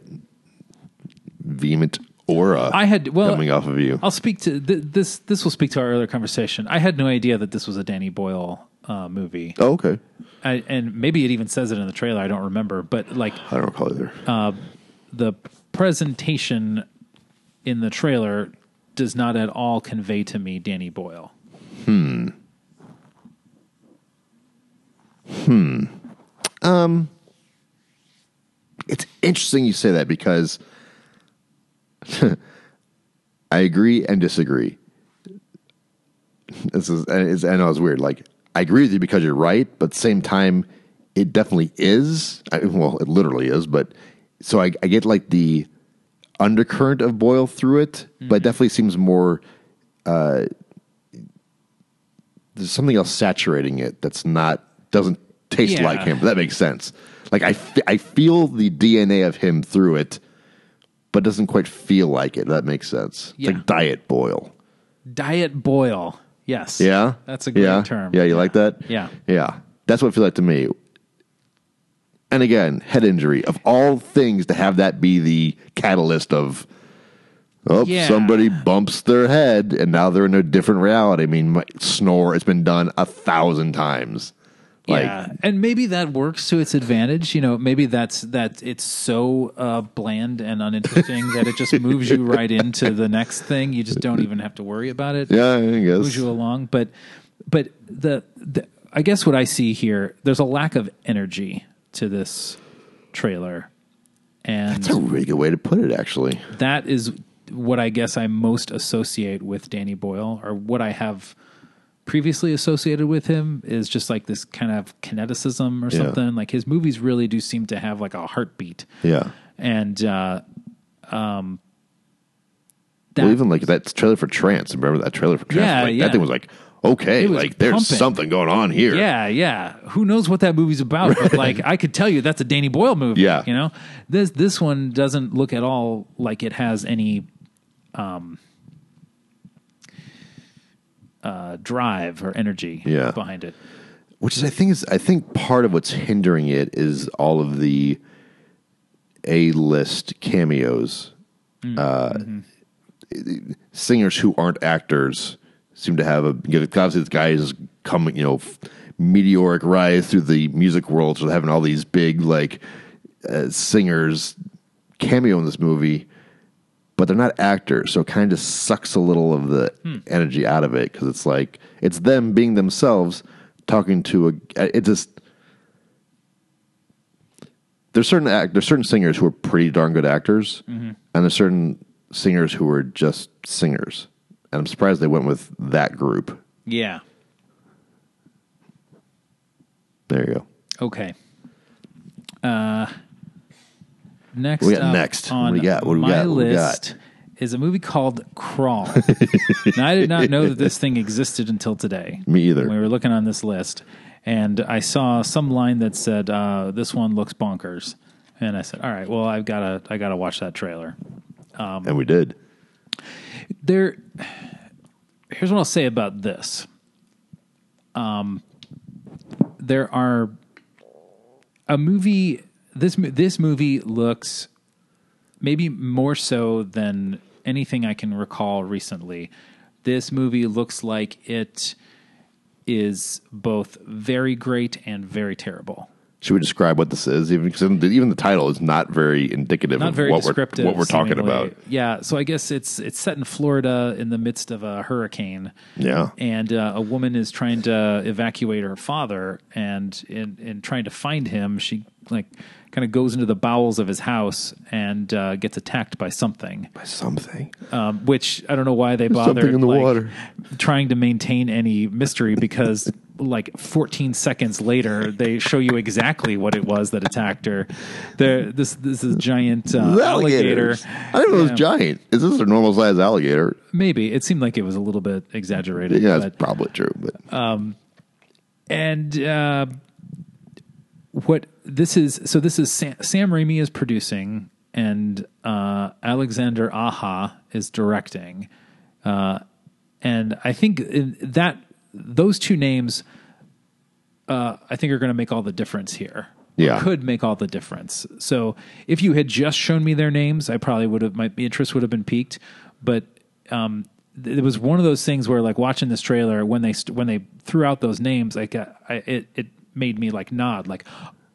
A: vehement aura
B: I had well,
A: coming off of you.
B: I'll speak to th- this. This will speak to our earlier conversation. I had no idea that this was a Danny Boyle uh, movie,
A: oh, okay.
B: I, and maybe it even says it in the trailer. I don't remember, but like
A: I don't recall either.
B: Uh, the presentation in the trailer does not at all convey to me Danny Boyle. Hmm.
A: it's interesting you say that because I agree and disagree. This is, and it's, I know it's weird. Like, I agree with you because you're right, but at the same time, it definitely is. I, well, it literally is, but so I, I get like the undercurrent of Boyle through it, but it definitely seems more. Uh, there's something else saturating it that's not doesn't taste
B: Yeah.
A: like him. But that makes sense. Like I, f- I feel the DNA of him through it, but doesn't quite feel like it. That makes sense.
B: Yeah.
A: It's like diet boil.
B: Diet Boyle. Yes.
A: Yeah,
B: That's a great
A: yeah.
B: term.
A: Yeah, you like that?
B: Yeah.
A: yeah. That's what it feels like to me. And again, head injury of all things to have that be the catalyst of. Oh,
B: Yeah.
A: somebody bumps their head, and now they're in a different reality. I mean, my, snore. It's been done a thousand times. Like,
B: yeah, and maybe that works to its advantage. You know, maybe that's that it's so uh, bland and uninteresting
A: [LAUGHS]
B: that it just moves you right into the next thing. You just don't even have to worry about it.
A: yeah, I guess.
B: moves you along. But but the, the I guess what I see here, there's a lack of energy to this trailer, and
A: That's a really good way to put it, actually.
B: that is what I guess I most associate with Danny Boyle, or what I have previously associated with him is just like this kind of kineticism or
A: Yeah.
B: something. Like his movies really do seem to have like a heartbeat,
A: Yeah.
B: and uh,
A: well,
B: that-
A: even like that trailer for Trance. Remember that trailer for Trance?
B: Yeah,
A: Like,
B: yeah.
A: That thing was like, okay,
B: It was
A: like there's
B: pumping.
A: something going on here.
B: Yeah, yeah. Who knows what that movie's about? But like, I could tell you that's a Danny Boyle movie.
A: Yeah.
B: you know this this one doesn't look at all like it has any um, uh, drive or energy
A: Yeah.
B: behind it.
A: which is I think is I think part of what's hindering it is all of the A list cameos,
B: Mm-hmm.
A: uh, singers who aren't actors seem to have a you know, obviously this guy is coming you know f- meteoric rise through the music world so having all these big like uh, singers cameo in this movie but they're not actors, so it kind of sucks a little of the
B: Hmm.
A: energy out of it because it's like it's them being themselves talking to a. It just there's certain act, there's certain singers who are pretty darn good actors,
B: Mm-hmm.
A: and there's certain singers who are just singers, and I'm surprised they went with that group.
B: Yeah.
A: There you go.
B: Okay. Uh, next,
A: We got
B: up
A: next.
B: on
A: What do we got? What do we
B: my
A: got? What do we got?
B: list is a movie called
A: [LAUGHS]
B: Crawl. now, I did not know that this thing existed until today.
A: Me either.
B: We were looking on this list, and I saw some line that said, uh, "This one looks bonkers," and I said, "All right, well, I've gotta, I gotta watch that trailer." Um,
A: and we did.
B: there here's what I'll say about this. Um there are a movie this mo- this movie looks maybe more so than anything I can recall recently. This movie looks like it is both very great and very terrible.
A: Should we describe what this is? Even 'cause even the title is not very indicative
B: Not
A: of
B: very
A: what we're
B: descriptive.
A: what we're talking
B: seemingly.
A: about.
B: Yeah, so I guess it's it's set in Florida in the midst of a hurricane.
A: Yeah.
B: and uh, a woman is trying to evacuate her father, and in, in trying to find him, she like kind of goes into the bowels of his house and uh, gets attacked by something.
A: Something.
B: Um, which I don't know why they bothered
A: something in the
B: like,
A: water.
B: trying to maintain any mystery because like 14 seconds later they show you exactly what it was that attacked her. There, this this is giant uh, alligator.
A: alligators. I didn't know it was giant. Is this a normal sized alligator?
B: Maybe it seemed like it was a little bit exaggerated.
A: Yeah,
B: but-
A: that's probably true. But
B: and uh, what this is so this is Sam, Sam Raimi is producing and uh, Alexander Aha is directing, uh, and I think in that those two names uh, I think are going to make all the difference here.
A: Yeah.
B: could make all the difference. So if you had just shown me their names, I probably would have my interest would have been piqued. But um, th- it was one of those things where, like, watching this trailer when they st- when they threw out those names, like, uh, I, it it made me like nod, like,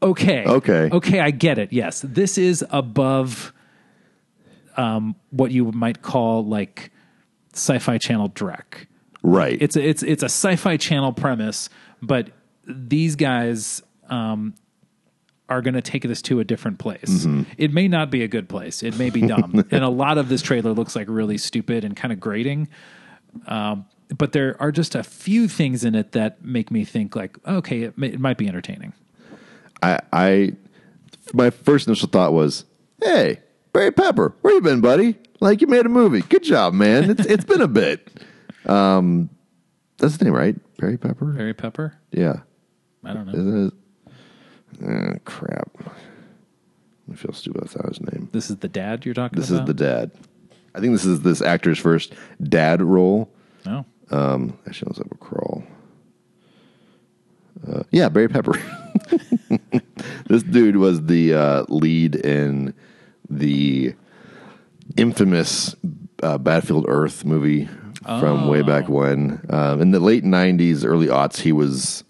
B: okay,
A: Okay.
B: okay, I get it. Yes, this is above um, what you might call like sci-fi channel dreck.
A: right,
B: It's a, it's it's a sci-fi channel premise, but these guys um, are going to take this to a different place.
A: Mm-hmm.
B: It may not be a good place. It may be
A: [LAUGHS]
B: dumb, and a lot of this trailer looks like really stupid and kind of grating. Um, but there are just a few things in it that make me think like, okay, it, may, it might be entertaining.
A: I, I, my first initial thought was, "Hey, Barry Pepper, where you been, buddy? Like you made a movie. Good job, man. It's it's been a bit." [LAUGHS] Um, that's his name, right? Barry Pepper.
B: Barry Pepper.
A: Yeah,
B: I don't know.
A: isn't it? Ah, crap. I feel stupid if that was his name.
B: This is the dad you're talking
A: This is
B: about.
A: the dad. I think this is this actor's first dad role.
B: the no.
A: Um, actually, let's have a crawl. Uh, yeah, Barry Pepper. [LAUGHS] this dude was the uh, lead in the infamous uh, Battlefield Earth movie from way back when. Um, in the late '90s, early aughts, he was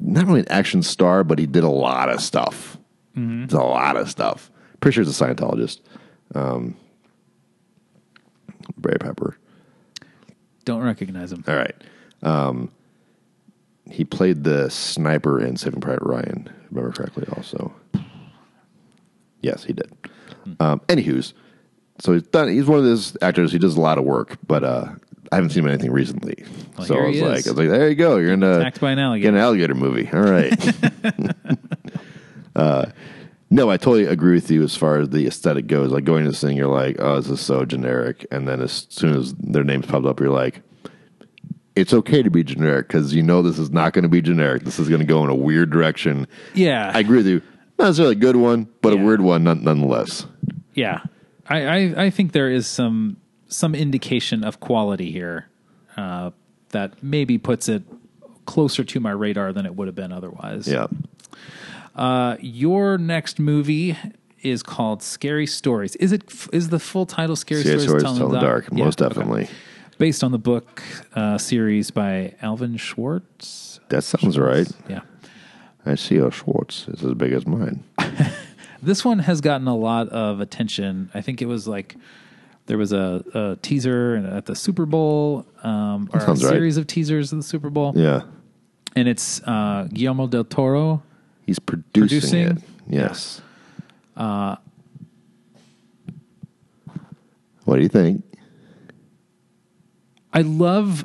A: not really an action star, but he did a lot of stuff. It's a lot of stuff. Pretty sure he's a Scientologist. Um, Barry Pepper.
B: Don't recognize him.
A: All right. Um, he played the sniper in Saving Private Ryan, if I remember correctly, also. Yes, he did.
B: Hmm.
A: Um, anywho's, so he's done. He's one of those actors. He does a lot of work, but uh, I haven't seen him in anything recently.
B: Well,
A: so
B: here
A: I was
B: he
A: like,
B: is.
A: I was like, there you go. You're in a
B: Attacked by an alligator.
A: Get an alligator movie. All
B: [LAUGHS]
A: right. [LAUGHS] uh, no, I totally agree with you as far as the aesthetic goes. Like going to this thing, you're like, oh, this is so generic, and then as soon as their names pop up, you're like, it's okay to be generic because you know this is not going to be generic. This is going to go in a weird direction.
B: Yeah.
A: I agree with you. Not necessarily a good one, but
B: Yeah.
A: a weird one none, nonetheless.
B: Yeah, I, I I think there is some some indication of quality here uh, that maybe puts it closer to my radar than it would have been otherwise.
A: Yeah.
B: Uh, your next movie is called Scary Stories. Is it f- is the full title Scary,
A: Scary
B: Stories,
A: stories
B: Tell in
A: tell in the dark,
B: Yeah,
A: most
B: okay.
A: definitely.
B: Based on the book uh, series by Alvin Schwartz.
A: That sounds right.
B: Yeah.
A: I see a Schwartz is as big as mine.
B: This one has gotten a lot of attention. I think it was like there was a, a teaser at the Super Bowl, um, or a
A: sounds right.
B: series of teasers at the Super Bowl, [LAUGHS]
A: Yeah.
B: and it's uh, Guillermo del Toro.
A: He's producing,
B: Producing?
A: it. Yes. what do you think?
B: I love,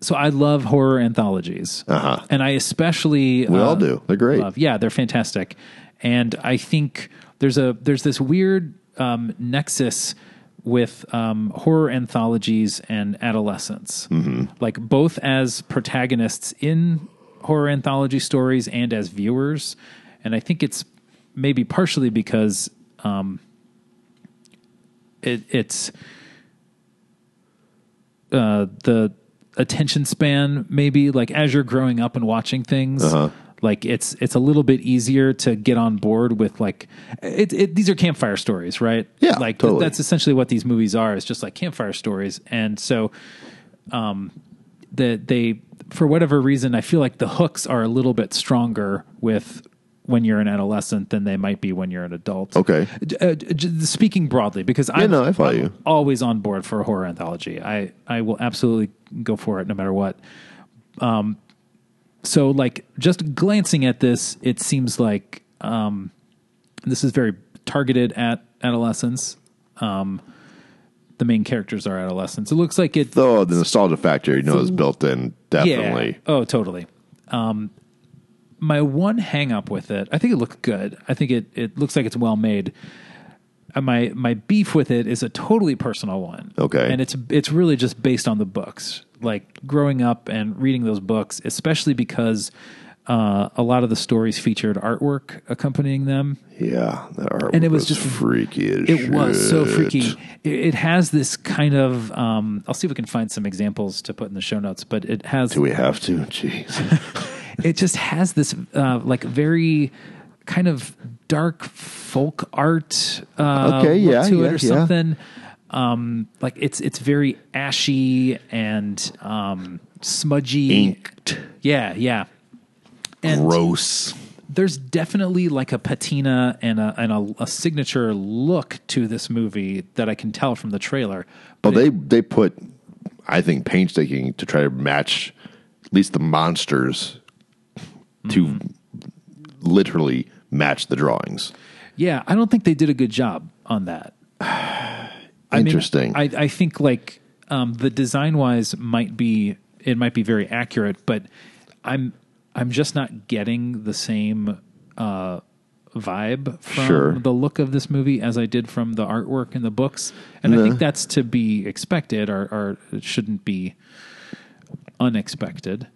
B: so I love horror anthologies,
A: Uh-huh.
B: and I especially uh,
A: We all do. They're great.
B: love- Yeah, they're fantastic, and I think there's a there's this weird um, nexus with um, horror anthologies and adolescence,
A: Mm-hmm.
B: like both as protagonists in horror anthology stories and as viewers, and I think it's maybe partially because um, it, it's uh, the attention span maybe like as you're growing up and watching things
A: Uh-huh.
B: like it's it's a little bit easier to get on board with like it, it these are campfire stories right
A: Yeah,
B: like
A: totally.
B: that's essentially what these movies are it's just like campfire stories and so um that they for whatever reason i feel like the hooks are a little bit stronger with when you're an adolescent than they might be when you're an adult
A: Okay.
B: J- uh, j- j- speaking broadly because i'm,
A: no, I follow
B: I'm
A: you.
B: always on board for a horror anthology i i will absolutely go for it no matter what um so like just glancing at this it seems like um this is very targeted at adolescents um the main characters are adolescents it looks like it
A: Though oh, the nostalgia factor, you know, is built in definitely.
B: yeah. Oh, totally. Um, my one hang up with it, I think it looked good. I think it, it looks like it's well made. Uh, my my beef with it is a totally personal one.
A: Okay.
B: And it's it's really just based on the books. Like growing up and reading those books, especially because uh, a lot of the stories featured artwork accompanying them.
A: Yeah, that artwork
B: And it was
A: was
B: just-
A: freaky. As
B: It was so
A: shit.
B: freaky. It, it has this kind of. Um, I'll see if we can find some examples to put in the show notes, but it has
A: Do we have to? Jeez.
B: it just has this uh, like very kind of dark folk art uh,
A: Okay,
B: look
A: yeah,
B: to
A: yeah,
B: it or
A: yeah.
B: something. Um, like it's it's very ashy and um, smudgy.
A: Inked.
B: Yeah, yeah. [LAUGHS] And
A: Gross.
B: there's definitely like a patina and a and a, a signature look to this movie that I can tell from the trailer.
A: Well, Oh, they they put, I think, painstaking to try to match at least the monsters
B: Mm-hmm.
A: to literally match the drawings.
B: Yeah, I don't think they did a good job on that. I mean,
A: Interesting.
B: I, I think like um, the design wise might be it might be very accurate, but I'm I'm just not getting the same uh, vibe from
A: Sure.
B: the look of this movie as I did from the artwork in the books, and I think that's to be expected or, or it shouldn't be unexpected.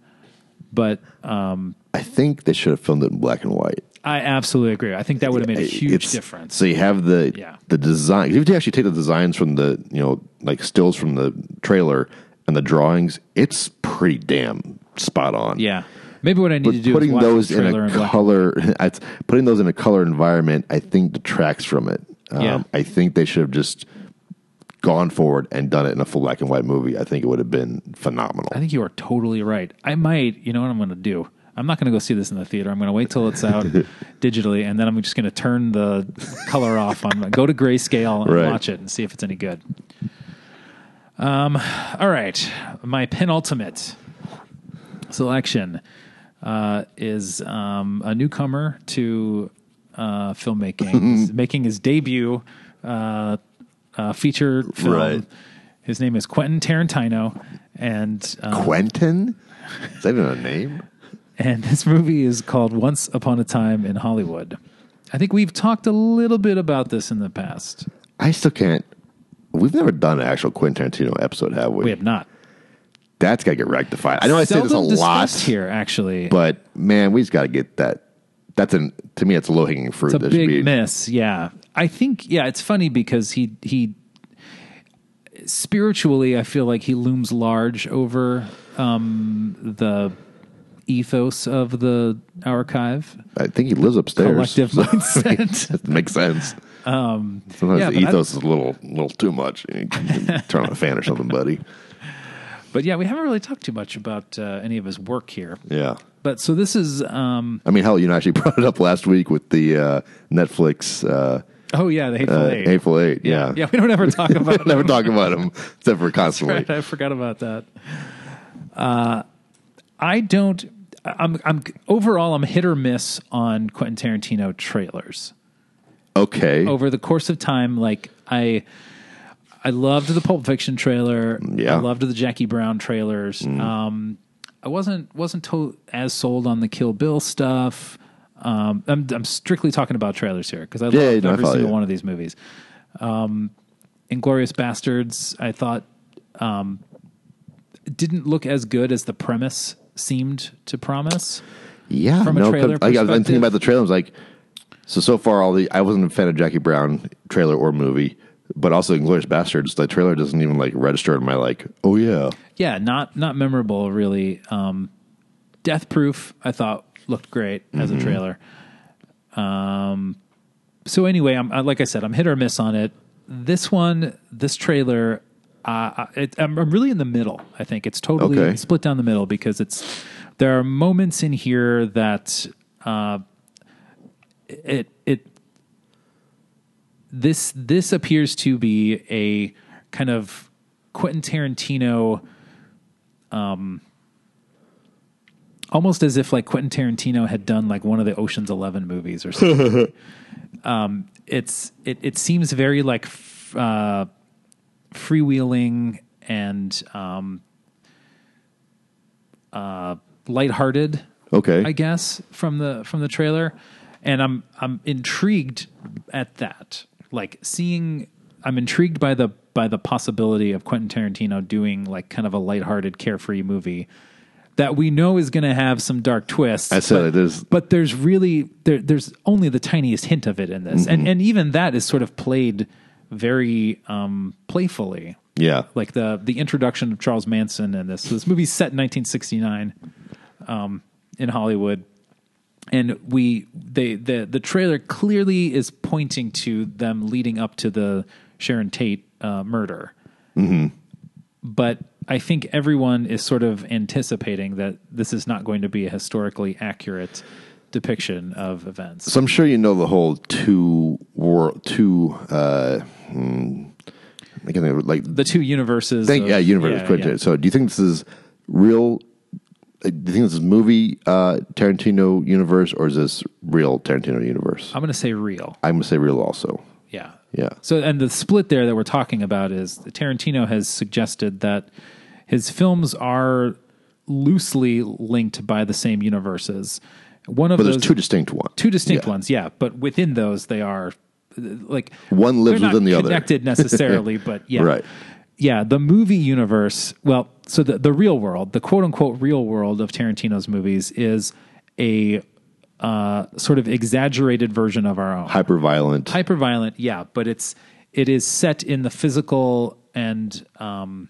B: But um,
A: I think they should have filmed it in black and white.
B: I absolutely agree. I think that would have made a
A: It-
B: huge
A: it's-
B: difference.
A: So you have the
B: Yeah.
A: the design. If you actually take the designs from the you know like stills from the trailer and the drawings, it's pretty damn spot on.
B: Yeah. Maybe what I need to do is
A: putting
B: watch
A: those
B: the
A: in
B: trailer
A: a
B: in black.
A: color, [LAUGHS] it's- putting those in a color environment, I think detracts from it. Um,
B: Yeah.
A: I think they should have just gone forward and done it in a full black and white movie. I think it would have been phenomenal.
B: I think you are totally right. I might, you know what I'm going to do? I'm not going to go see this in the theater. I'm going to wait till it's
A: [LAUGHS]
B: out digitally, and then I'm just going to turn the color off. I'm going to go to grayscale and
A: Right.
B: watch it and see if it's any good. Um, all right, my penultimate selection uh, is um, a newcomer to uh, filmmaking,
A: [LAUGHS]
B: He's making his debut uh, uh, feature film.
A: Right.
B: His name is Quentin Tarantino, and uh,
A: Quentin, is that even a name?
B: and this movie is called Once Upon a Time in Hollywood. I think we've talked a little bit about this in the past.
A: I still can't. We've never done an actual Quentin Tarantino episode, have we?
B: We have not.
A: that's got to get rectified. I know I say this a
B: Seldom
A: lot
B: discussed here, actually.
A: but man, we just got to get that. That's an to me, it's a low hanging fruit.
B: It's a
A: That should
B: big
A: be-
B: miss. Yeah, I think. Yeah, it's funny because he he spiritually, I feel like he looms large over um, the ethos of the archive
A: I think he lives upstairs. [LAUGHS]
B: collective
A: so [LAUGHS]
B: mindset.
A: it makes sense. Sometimes
B: yeah,
A: the
B: but I-
A: ethos is a little, little too much. You can turn on a fan or something,
B: [LAUGHS]
A: buddy.
B: but yeah, we haven't really talked too much about uh, any of his work here.
A: Yeah.
B: But so this is. Um,
A: I mean, hell, you know, I actually [LAUGHS] brought it up last week with the uh, Netflix uh,
B: oh yeah, the hateful
A: uh,
B: eight.
A: Hateful Eight. Yeah.
B: yeah, we don't ever talk about
A: [LAUGHS] Never talk about him except for constantly.
B: [LAUGHS] Right, I forgot about that. Uh, I don't. I'm. I'm overall. I'm hit or miss on Quentin Tarantino trailers
A: Okay.
B: over the course of time. Like I, I loved the Pulp Fiction trailer.
A: Yeah. Mm.
B: I loved the Jackie Brown trailers. Um, I wasn't wasn't to- as sold on the Kill Bill stuff. Um, I'm, I'm strictly talking about trailers here because I
A: Yeah,
B: love
A: no, I
B: every
A: follow
B: single
A: you.
B: one of these movies. Um, Inglorious Bastards, I thought um, didn't look as good as the premise seemed to promise.
A: Yeah,
B: from a
A: no,
B: trailer
A: 'cause I, I'm
B: perspective.
A: thinking about the trailer. I was like, so so far, all the I wasn't a fan of Jackie Brown trailer or movie, but also Inglorious Bastards. The trailer doesn't even like register in my like, oh yeah,
B: Yeah, not not memorable really. Um, Death Proof, I thought looked great as a trailer. Um, so anyway, I'm I- like I said, I'm hit or miss on it. This one, this trailer, uh, I- it, I'm, I'm really in the middle. I think it's totally
A: Okay.
B: split down the middle because it's there are moments in here that uh, it it this this appears to be a kind of Quentin Tarantino um almost as if like Quentin Tarantino had done like one of the Ocean's 11 movies or something. um it's it it seems very like f- uh freewheeling and um uh lighthearted
A: okay,
B: I guess from the from the trailer, and I'm I'm intrigued at that. Like seeing, I'm intrigued by the by the possibility of Quentin Tarantino doing like kind of a lighthearted, carefree movie that we know is going to have some dark twists.
A: I said
B: but,
A: it, there's-
B: but there's really there there's only the tiniest hint of it in this, and and even that is sort of played very um playfully
A: yeah,
B: like the the introduction of Charles Manson and this this movie's set in 1969 um, in Hollywood, and we they the the trailer clearly is pointing to them leading up to the Sharon Tate uh, murder,
A: Mm-hmm.
B: but I think everyone is sort of anticipating that this is not going to be a historically accurate depiction of events.
A: So I'm sure you know the whole two world two. Uh, hmm, I can't think of, like
B: The two universes,
A: think
B: of-
A: yeah, universe.
B: yeah,
A: coincidence. So do you think this is real? uh, Do you think this is movie uh, Tarantino universe or is this real Tarantino universe?
B: I'm going to say real.
A: I'm gonna say real also.
B: Yeah.
A: Yeah.
B: So, and the split there that we're talking about is Tarantino has suggested that his films are loosely linked by the same universes. One of
A: But
B: those
A: there's two distinct ones.
B: two distinct
A: Yeah.
B: ones, yeah. But within those, they are uh, like
A: One lives
B: they're not
A: within the other. [LAUGHS]
B: connected necessarily, but yeah,
A: Right.
B: Yeah, the movie universe. Well, so the the real world, the quote unquote real world of Tarantino's movies is a uh, sort of exaggerated version of our own
A: Hyper violent.
B: hyper violent yeah but it's it is set in the physical and um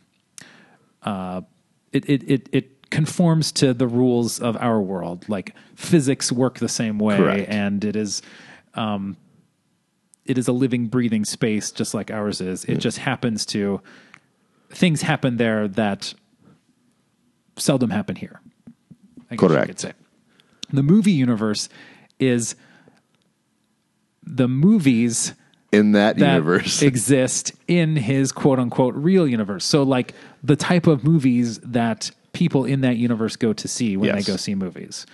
B: uh it it it, it conforms to the rules of our world like physics work the same way
A: Correct.
B: and it is um it is a living breathing space just like ours is
A: Mm.
B: it just happens to things happen there that seldom happen here I guess
A: Correct.
B: you could say the movie universe is the movies
A: in that,
B: that
A: universe. [LAUGHS]
B: exist in his quote unquote real universe. So like the type of movies that people in that universe go to see when
A: Yes.
B: they go see movies.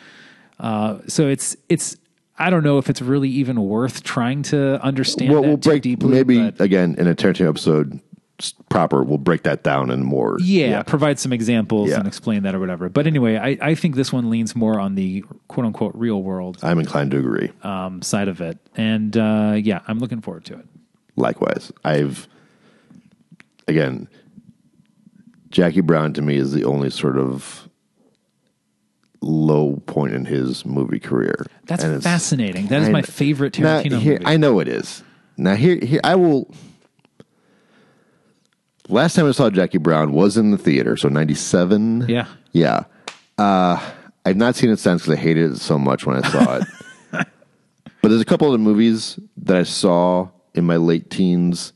B: Uh, so it's it's I don't know if it's really even worth trying to understand
A: well,
B: that
A: we'll
B: too
A: break
B: deeply.
A: maybe
B: but
A: again in a Tarantino episode s- proper. We'll break that down and more.
B: yeah, provide some examples
A: Yeah.
B: and explain that or whatever. But anyway, I, I think this one leans more on the quote unquote real world
A: I'm inclined to agree.
B: um, side of it. And uh, yeah, I'm looking forward to it.
A: Likewise, I've again Jackie Brown to me is the only sort of low point in his movie career.
B: That's
A: And it's-
B: fascinating. That is my
A: I-
B: favorite
A: Now,
B: Tarantino
A: here-
B: movie.
A: I know it is. Now here, here I will. Last time I saw Jackie Brown was in the theater, so ninety seven.
B: Yeah.
A: yeah. Uh, I've not seen it since because I hated it so much when I saw
B: [LAUGHS]
A: it. but there's a couple of the movies that I saw in my late teens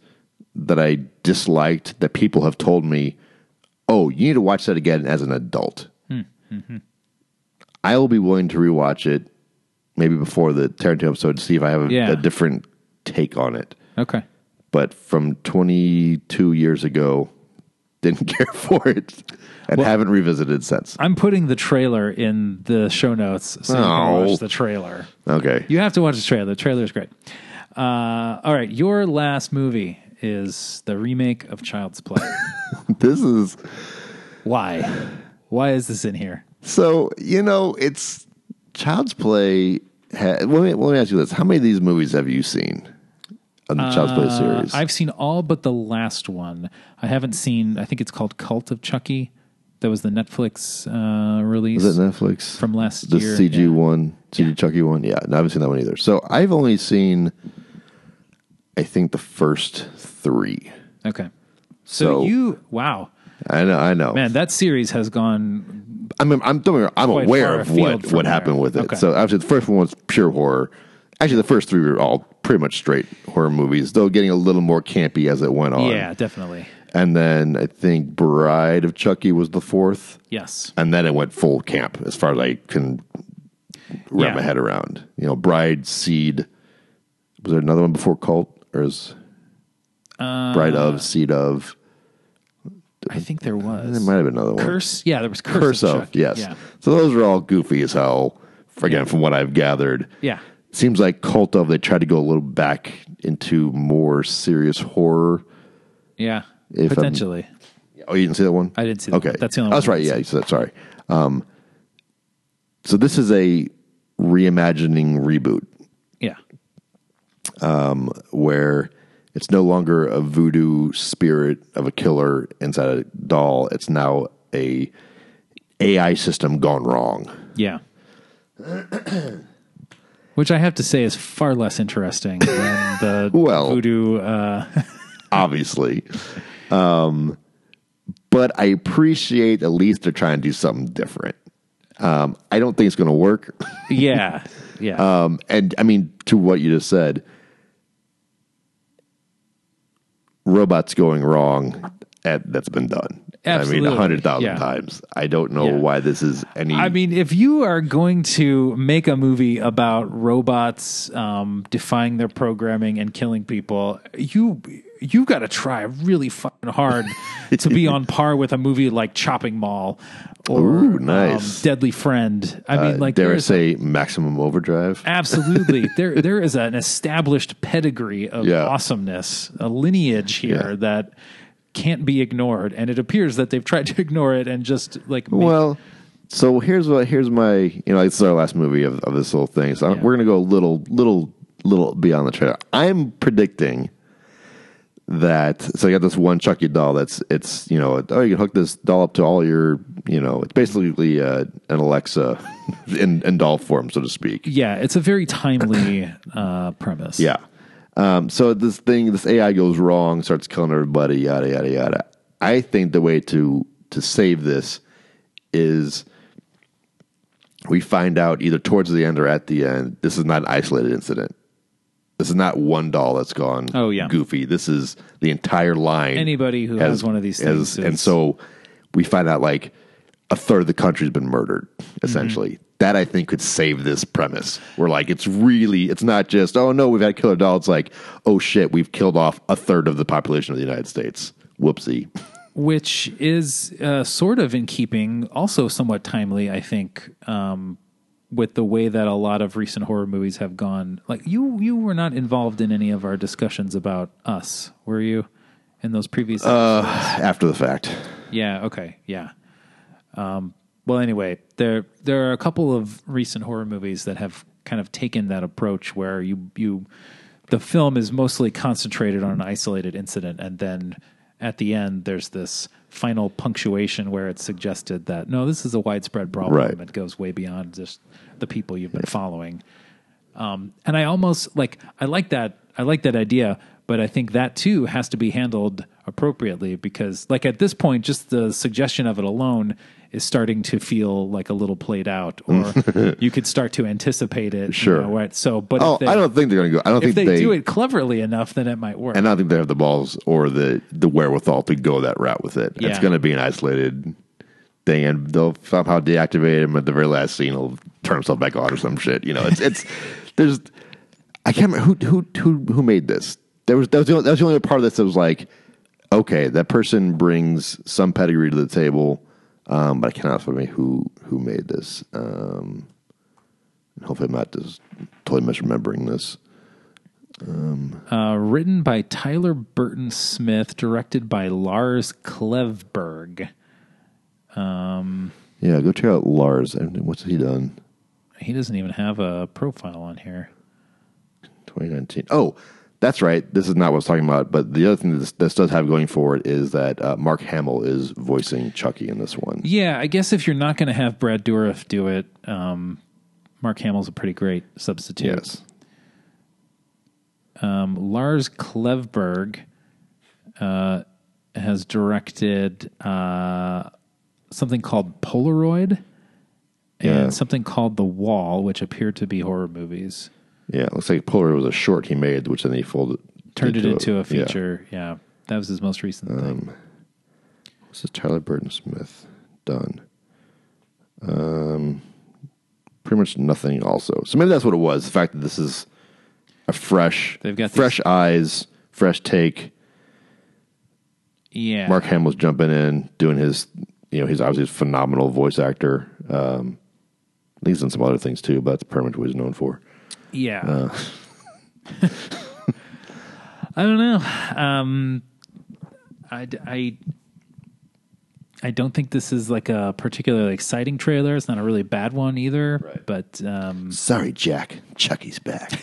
A: that I disliked that people have told me, "Oh, you need to watch that again as an adult." Mm-hmm. I will be willing to rewatch it maybe before the Tarantino episode to see if I have a,
B: Yeah.
A: a different take on it.
B: okay.
A: But from 22 years ago, [LAUGHS] didn't care for it and haven't revisited since.
B: I'm putting the trailer in the show notes so you can
A: Oh.
B: watch the trailer.
A: Okay.
B: You have to watch the trailer. The trailer is great. Uh, all right, your last movie is the remake of Child's
A: [LAUGHS]
B: Play.
A: This is
B: Why? Why is this in here?
A: so, you know, it's Child's Play. Ha- let, me, let me ask you this. How many of these movies have you seen on the Child's Play
B: Uh,
A: series?
B: I've seen all but the last one. I haven't seen. I think it's called Cult of Chucky. That was the Netflix uh, release.
A: Is it Netflix?
B: From last
A: the
B: year,
A: CG
B: yeah.
A: one, CG Chucky one. Yeah, no, I haven't seen that one either. So I've only seen, I think, the first three.
B: Okay.
A: So-
B: So, you wow
A: I know, I know.
B: man that series has gone
A: I mean, I'm don't get me wrong, I'm
B: Quite far
A: aware of
B: afield
A: what
B: from
A: what happened
B: there.
A: with it.
B: Okay.
A: So actually, the first one was pure horror. Actually, the first three were all pretty much straight horror movies, though getting a little more campy as it went on.
B: yeah definitely
A: And then I think Bride of Chucky was the fourth,
B: yes
A: and then it went full camp as far as I can wrap
B: Yeah.
A: my head around. You know, Bride, Seed. Was there another one before Cult, or is
B: Uh,
A: Bride of Seed of?
B: I think there
A: There
B: was
A: might have been another one.
B: curse yeah there was curse,
A: Curse
B: of,
A: of,
B: Chucky.
A: yes.
B: yeah
A: So those are all goofy as hell. for- Again, from what I've gathered,
B: yeah
A: seems like Cult of they tried to go a little back into more serious horror.
B: yeah
A: If I'm-
B: potentially
A: Oh, you didn't see that one?
B: I didn't see that
A: Okay,
B: one. That's the only
A: That's
B: one I
A: right.
B: didn't
A: Yeah, you said sorry. Um, so this is a reimagining reboot
B: yeah
A: where it's no longer a voodoo spirit of a killer inside a doll. It's now a AI system gone wrong.
B: yeah which I have to say is far less interesting than the
A: [LAUGHS] Well.
B: voodoo uh,
A: obviously. Um, but I appreciate at least they're trying to do something different. Um, I don't think it's going to work.
B: yeah yeah
A: Um, and I mean, to what you just said, robots going wrong. At, that's been done. I mean,
B: Absolutely.
A: a hundred thousand
B: Yeah.
A: times. I don't know
B: Yeah.
A: why this is any.
B: I mean, if you are going to make a movie about robots um, defying their programming and killing people, you you've got to try really fucking hard
A: [LAUGHS]
B: to be on par with a movie like Chopping Mall or um,
A: Ooh, nice.
B: Deadly Friend. I mean, like
A: uh, dare I
B: there's
A: say, [LAUGHS] maximum overdrive.
B: absolutely there there is an established pedigree of
A: Yeah.
B: awesomeness, a lineage here
A: Yeah.
B: that can't be ignored, and it appears that they've tried to [LAUGHS] ignore it and just like make
A: Well, so here's what here's my you know it's our last movie of, of this whole thing. So I'm-
B: Yeah.
A: we're gonna go a little little little beyond the trailer. I'm predicting that so I got this one Chucky doll that's it's you know oh you can hook this doll up to all your you know it's basically uh, an Alexa [LAUGHS] in, in doll form so to speak.
B: Yeah, it's a very timely uh, premise.
A: Yeah. Um, so this thing, this AI goes wrong, starts killing everybody, yada yada yada. I think the way to to save this is we find out either towards the end or at the end. This is not an isolated incident. This is not one doll that's gone.
B: Oh, yeah.
A: goofy. This is the entire line.
B: Anybody who has one of these things
A: and
B: is-
A: so we find out like a third of the country's been murdered.
B: Mm-hmm.
A: Essentially, that I think could save this premise. We're like, it's really, it's not just oh no, we've had a killer doll. It's like oh shit, we've killed off a third of the population of the United States. Whoopsie. [SIGHS]
B: which is uh, sort of in keeping, also somewhat timely, I think, um, with the way that a lot of recent horror movies have gone. Like you, you were not involved in any of our discussions about us, were you? In those previous,
A: After the fact,
B: yeah, okay, yeah. Um, well, anyway, there there are a couple of recent horror movies that have kind of taken that approach where you you the film is mostly concentrated on an isolated incident and then at the end, there's this final punctuation where it's suggested that no, this is a widespread problem.
A: Right.
B: It goes way beyond just the people you've been following. Um, and I almost like I like that I like that idea, but I think that too has to be handled appropriately because like at this point, just the suggestion of it alone is starting to feel like a little played out,
A: [LAUGHS]
B: or you could start to anticipate it. you
A: Sure.
B: know, right? So, but
A: Oh,
B: if they,
A: I don't think they're going to go. I don't
B: if
A: think
B: they,
A: they,
B: do it cleverly enough, then it might work.
A: and I don't think they have the balls or the the wherewithal to go that route with it. It's
B: Yeah.
A: going to be an isolated thing, and they'll somehow deactivate him at the very last scene. He'll turn himself back on or some shit. You know, it's it's there's I can't remember who who who who made this. There was that was the only, that was the only part of this that was like, okay, that person brings some pedigree to the table, um, but I cannot remember who who made this. Um, hopefully, I'm not just totally misremembering this.
B: Uh, written by Tyler Burton Smith, directed by Lars Klevberg.
A: Yeah, go check out Lars. And What's he done?
B: He doesn't even have a profile on here.
A: 2019. Oh, that's right. This is not what I was talking about. But the other thing that this, this does have going for it is that uh, Mark Hamill is voicing Chucky in this one.
B: Yeah, I guess if you're not going to have Brad Dourif do it, um, Mark Hamill's a pretty great substitute.
A: Yes.
B: Um, Lars Klevberg uh, has directed uh, something called Polaroid
A: Yeah.
B: and something called The Wall, which appear to be horror movies.
A: Yeah. It looks like Polar was a short he made, which then he folded.
B: Turned it into a
A: yeah. Um,
B: feature. Yeah. That was his most recent thing.
A: This is Tyler Burton Smith. Done. Um, pretty much nothing. Also, so maybe that's what it was. The fact that this is a fresh,
B: They've got these-
A: fresh eyes, fresh take.
B: Yeah.
A: Mark Hamill's jumping in, doing his, you know, he's obviously a phenomenal voice actor. Um, I think he's done some other things too, but that's pretty much what he's known for.
B: Yeah.
A: Uh.
B: [LAUGHS] I don't know. Um, I, I, I don't think this is like a particularly exciting trailer. It's not a really bad one either.
A: Right.
B: But um,
A: Sorry, Jack. Chucky's back.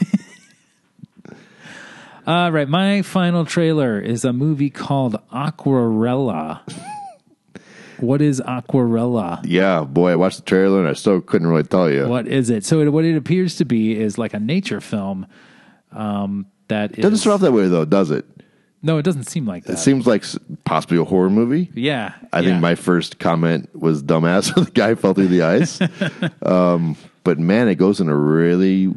B: all right, my final trailer is a movie called
A: [LAUGHS]
B: Aquarella. what is Aquarella?
A: [LAUGHS] yeah, boy, I watched the trailer and I still couldn't really tell you.
B: What is it? So it, what it appears to be is like a nature film. Um, that
A: Doesn't
B: is-
A: start off that way though, does it?
B: no, it doesn't seem like
A: It
B: that.
A: seems like s- possibly a horror movie.
B: yeah,
A: I
B: yeah.
A: think my first comment was dumbass [LAUGHS] when the guy fell through the
B: [LAUGHS]
A: ice. um, but man, it goes in a really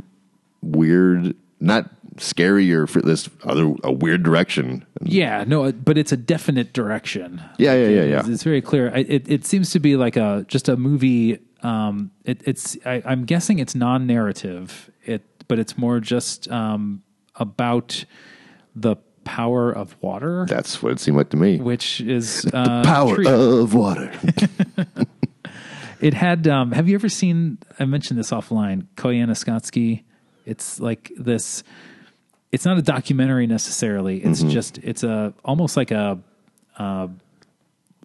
A: weird, not scary or fr- this other a weird direction.
B: Yeah, no, it- but it's a definite direction.
A: Yeah, yeah, yeah,
B: It's,
A: yeah.
B: it's very clear. I, it it seems to be like a just a movie. Um, it, it's I, I'm guessing it's non-narrative. It but it's more just um about the power of water,
A: That's what it seemed like to me.
B: which is uh,
A: Power
B: true.
A: of water. [LAUGHS]
B: It had. Um, have you ever seen? I mentioned this offline. Koyaanisqatsi. It's like this. It's not a documentary necessarily. It's just. It's a almost like a, uh,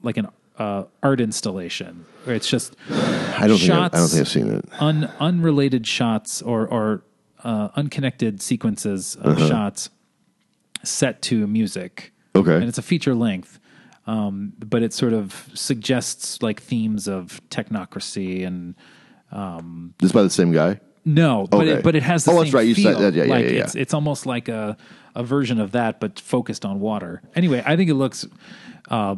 B: like an uh, art installation. Where it's just
A: I don't think I, I
B: Shots.
A: don't think I've seen it.
B: un, unrelated shots or or uh, unconnected sequences of shots set to music.
A: Okay.
B: and it's a feature length, um, but it sort of suggests like themes of technocracy and
A: This by the same guy.
B: No, but
A: Okay.
B: it, but it has the
A: Oh,
B: same
A: that's right. You
B: feel.
A: said that. Yeah, yeah,
B: like
A: yeah, yeah.
B: It's, it's almost like a a version of that, but focused on water. Anyway, I think it looks, uh,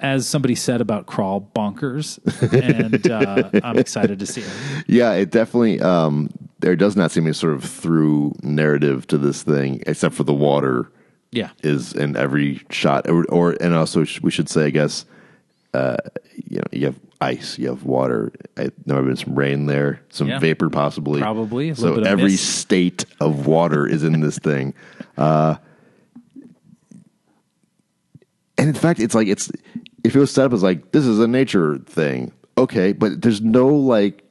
B: as somebody said about Crawl, bonkers, and
A: [LAUGHS]
B: uh, I'm excited to see it.
A: Yeah, it definitely. Um, there does not seem any sort of through narrative to this thing, except for the water
B: Yeah,
A: is in every shot, or, or and also sh- we should say, I guess, uh, you know, you have ice, you have water. I there might have been some rain there, some
B: Yeah.
A: vapor possibly,
B: Probably, a
A: So
B: little bit of
A: every
B: mist.
A: state of water is in this thing. And in fact, it's like it's if it was set up as like this is a nature thing, okay, but there's no like,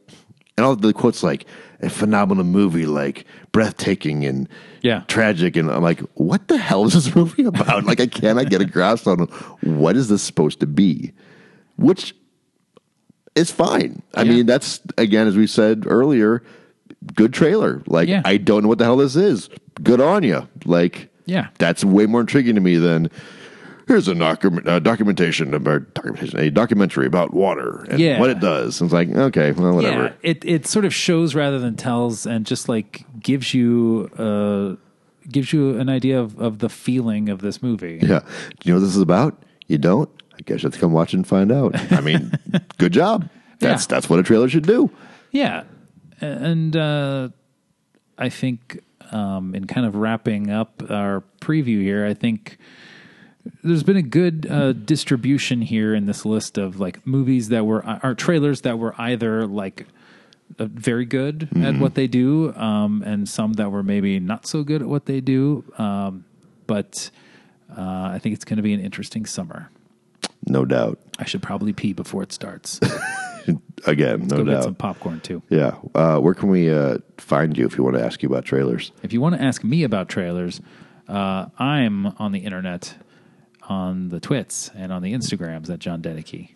A: and all the quotes like a phenomenal movie, like breathtaking and
B: Yeah.
A: tragic, and I'm like, what the hell is this movie about? like, I cannot get a grasp on what is this supposed to be, which is fine. I
B: Yeah.
A: mean, that's again as we said earlier, good trailer. Like,
B: Yeah.
A: I don't know what the hell this is. Good on you. Like,
B: Yeah.
A: that's way more intriguing to me than here's a docu- uh, documentation about documentation, a documentary about water and
B: Yeah.
A: what it does. And it's like, okay, well, whatever.
B: Yeah, it it sort of shows rather than tells, and just like gives you uh gives you an idea of, of the feeling of this movie.
A: Yeah. Do you know what this is about? You don't? I guess you have to come watch and find out. I
B: [LAUGHS]
A: mean, good job. That's
B: Yeah.
A: that's what a trailer should do.
B: Yeah, and uh, I think um, in kind of wrapping up our preview here, I think there's been a good uh, distribution here in this list of like movies that were are trailers that were either like uh, very good at what they do, um, and some that were maybe not so good at what they do. Um, but uh, I think it's going to be an interesting summer.
A: No doubt.
B: I should probably pee before it starts.
A: Again, no
B: Go get
A: doubt.
B: some popcorn too.
A: yeah. Uh, where can we uh, find you if we want to ask you about trailers?
B: If you want to ask me about trailers, uh, I'm on the internet, on the twits, and on the Instagrams at John Dedeke.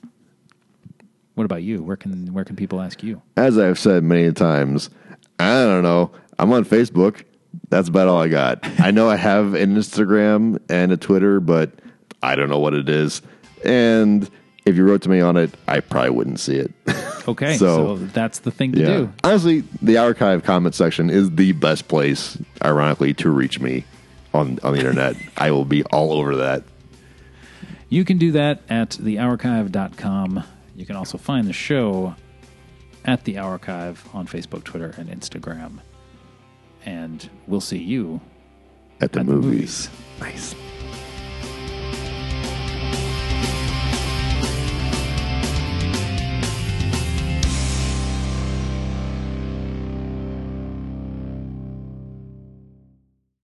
B: What about you? Where can where can people ask you?
A: As I've said many times, I don't know. I'm on Facebook. That's about all I got. I know I have an Instagram and a Twitter, but I don't know what it is. And if you wrote to me on it, I probably wouldn't see
B: [LAUGHS]
A: it.
B: Okay, so,
A: So-
B: that's the thing to do.
A: Honestly, the archive comment section is the best place, ironically, to reach me on on the
B: [LAUGHS]
A: internet. I will be all over that.
B: You can do that at thearchive.com. You can also find the show at the archive on Facebook, Twitter, and Instagram. And we'll see you
A: At the
B: At the
A: movies. Nice.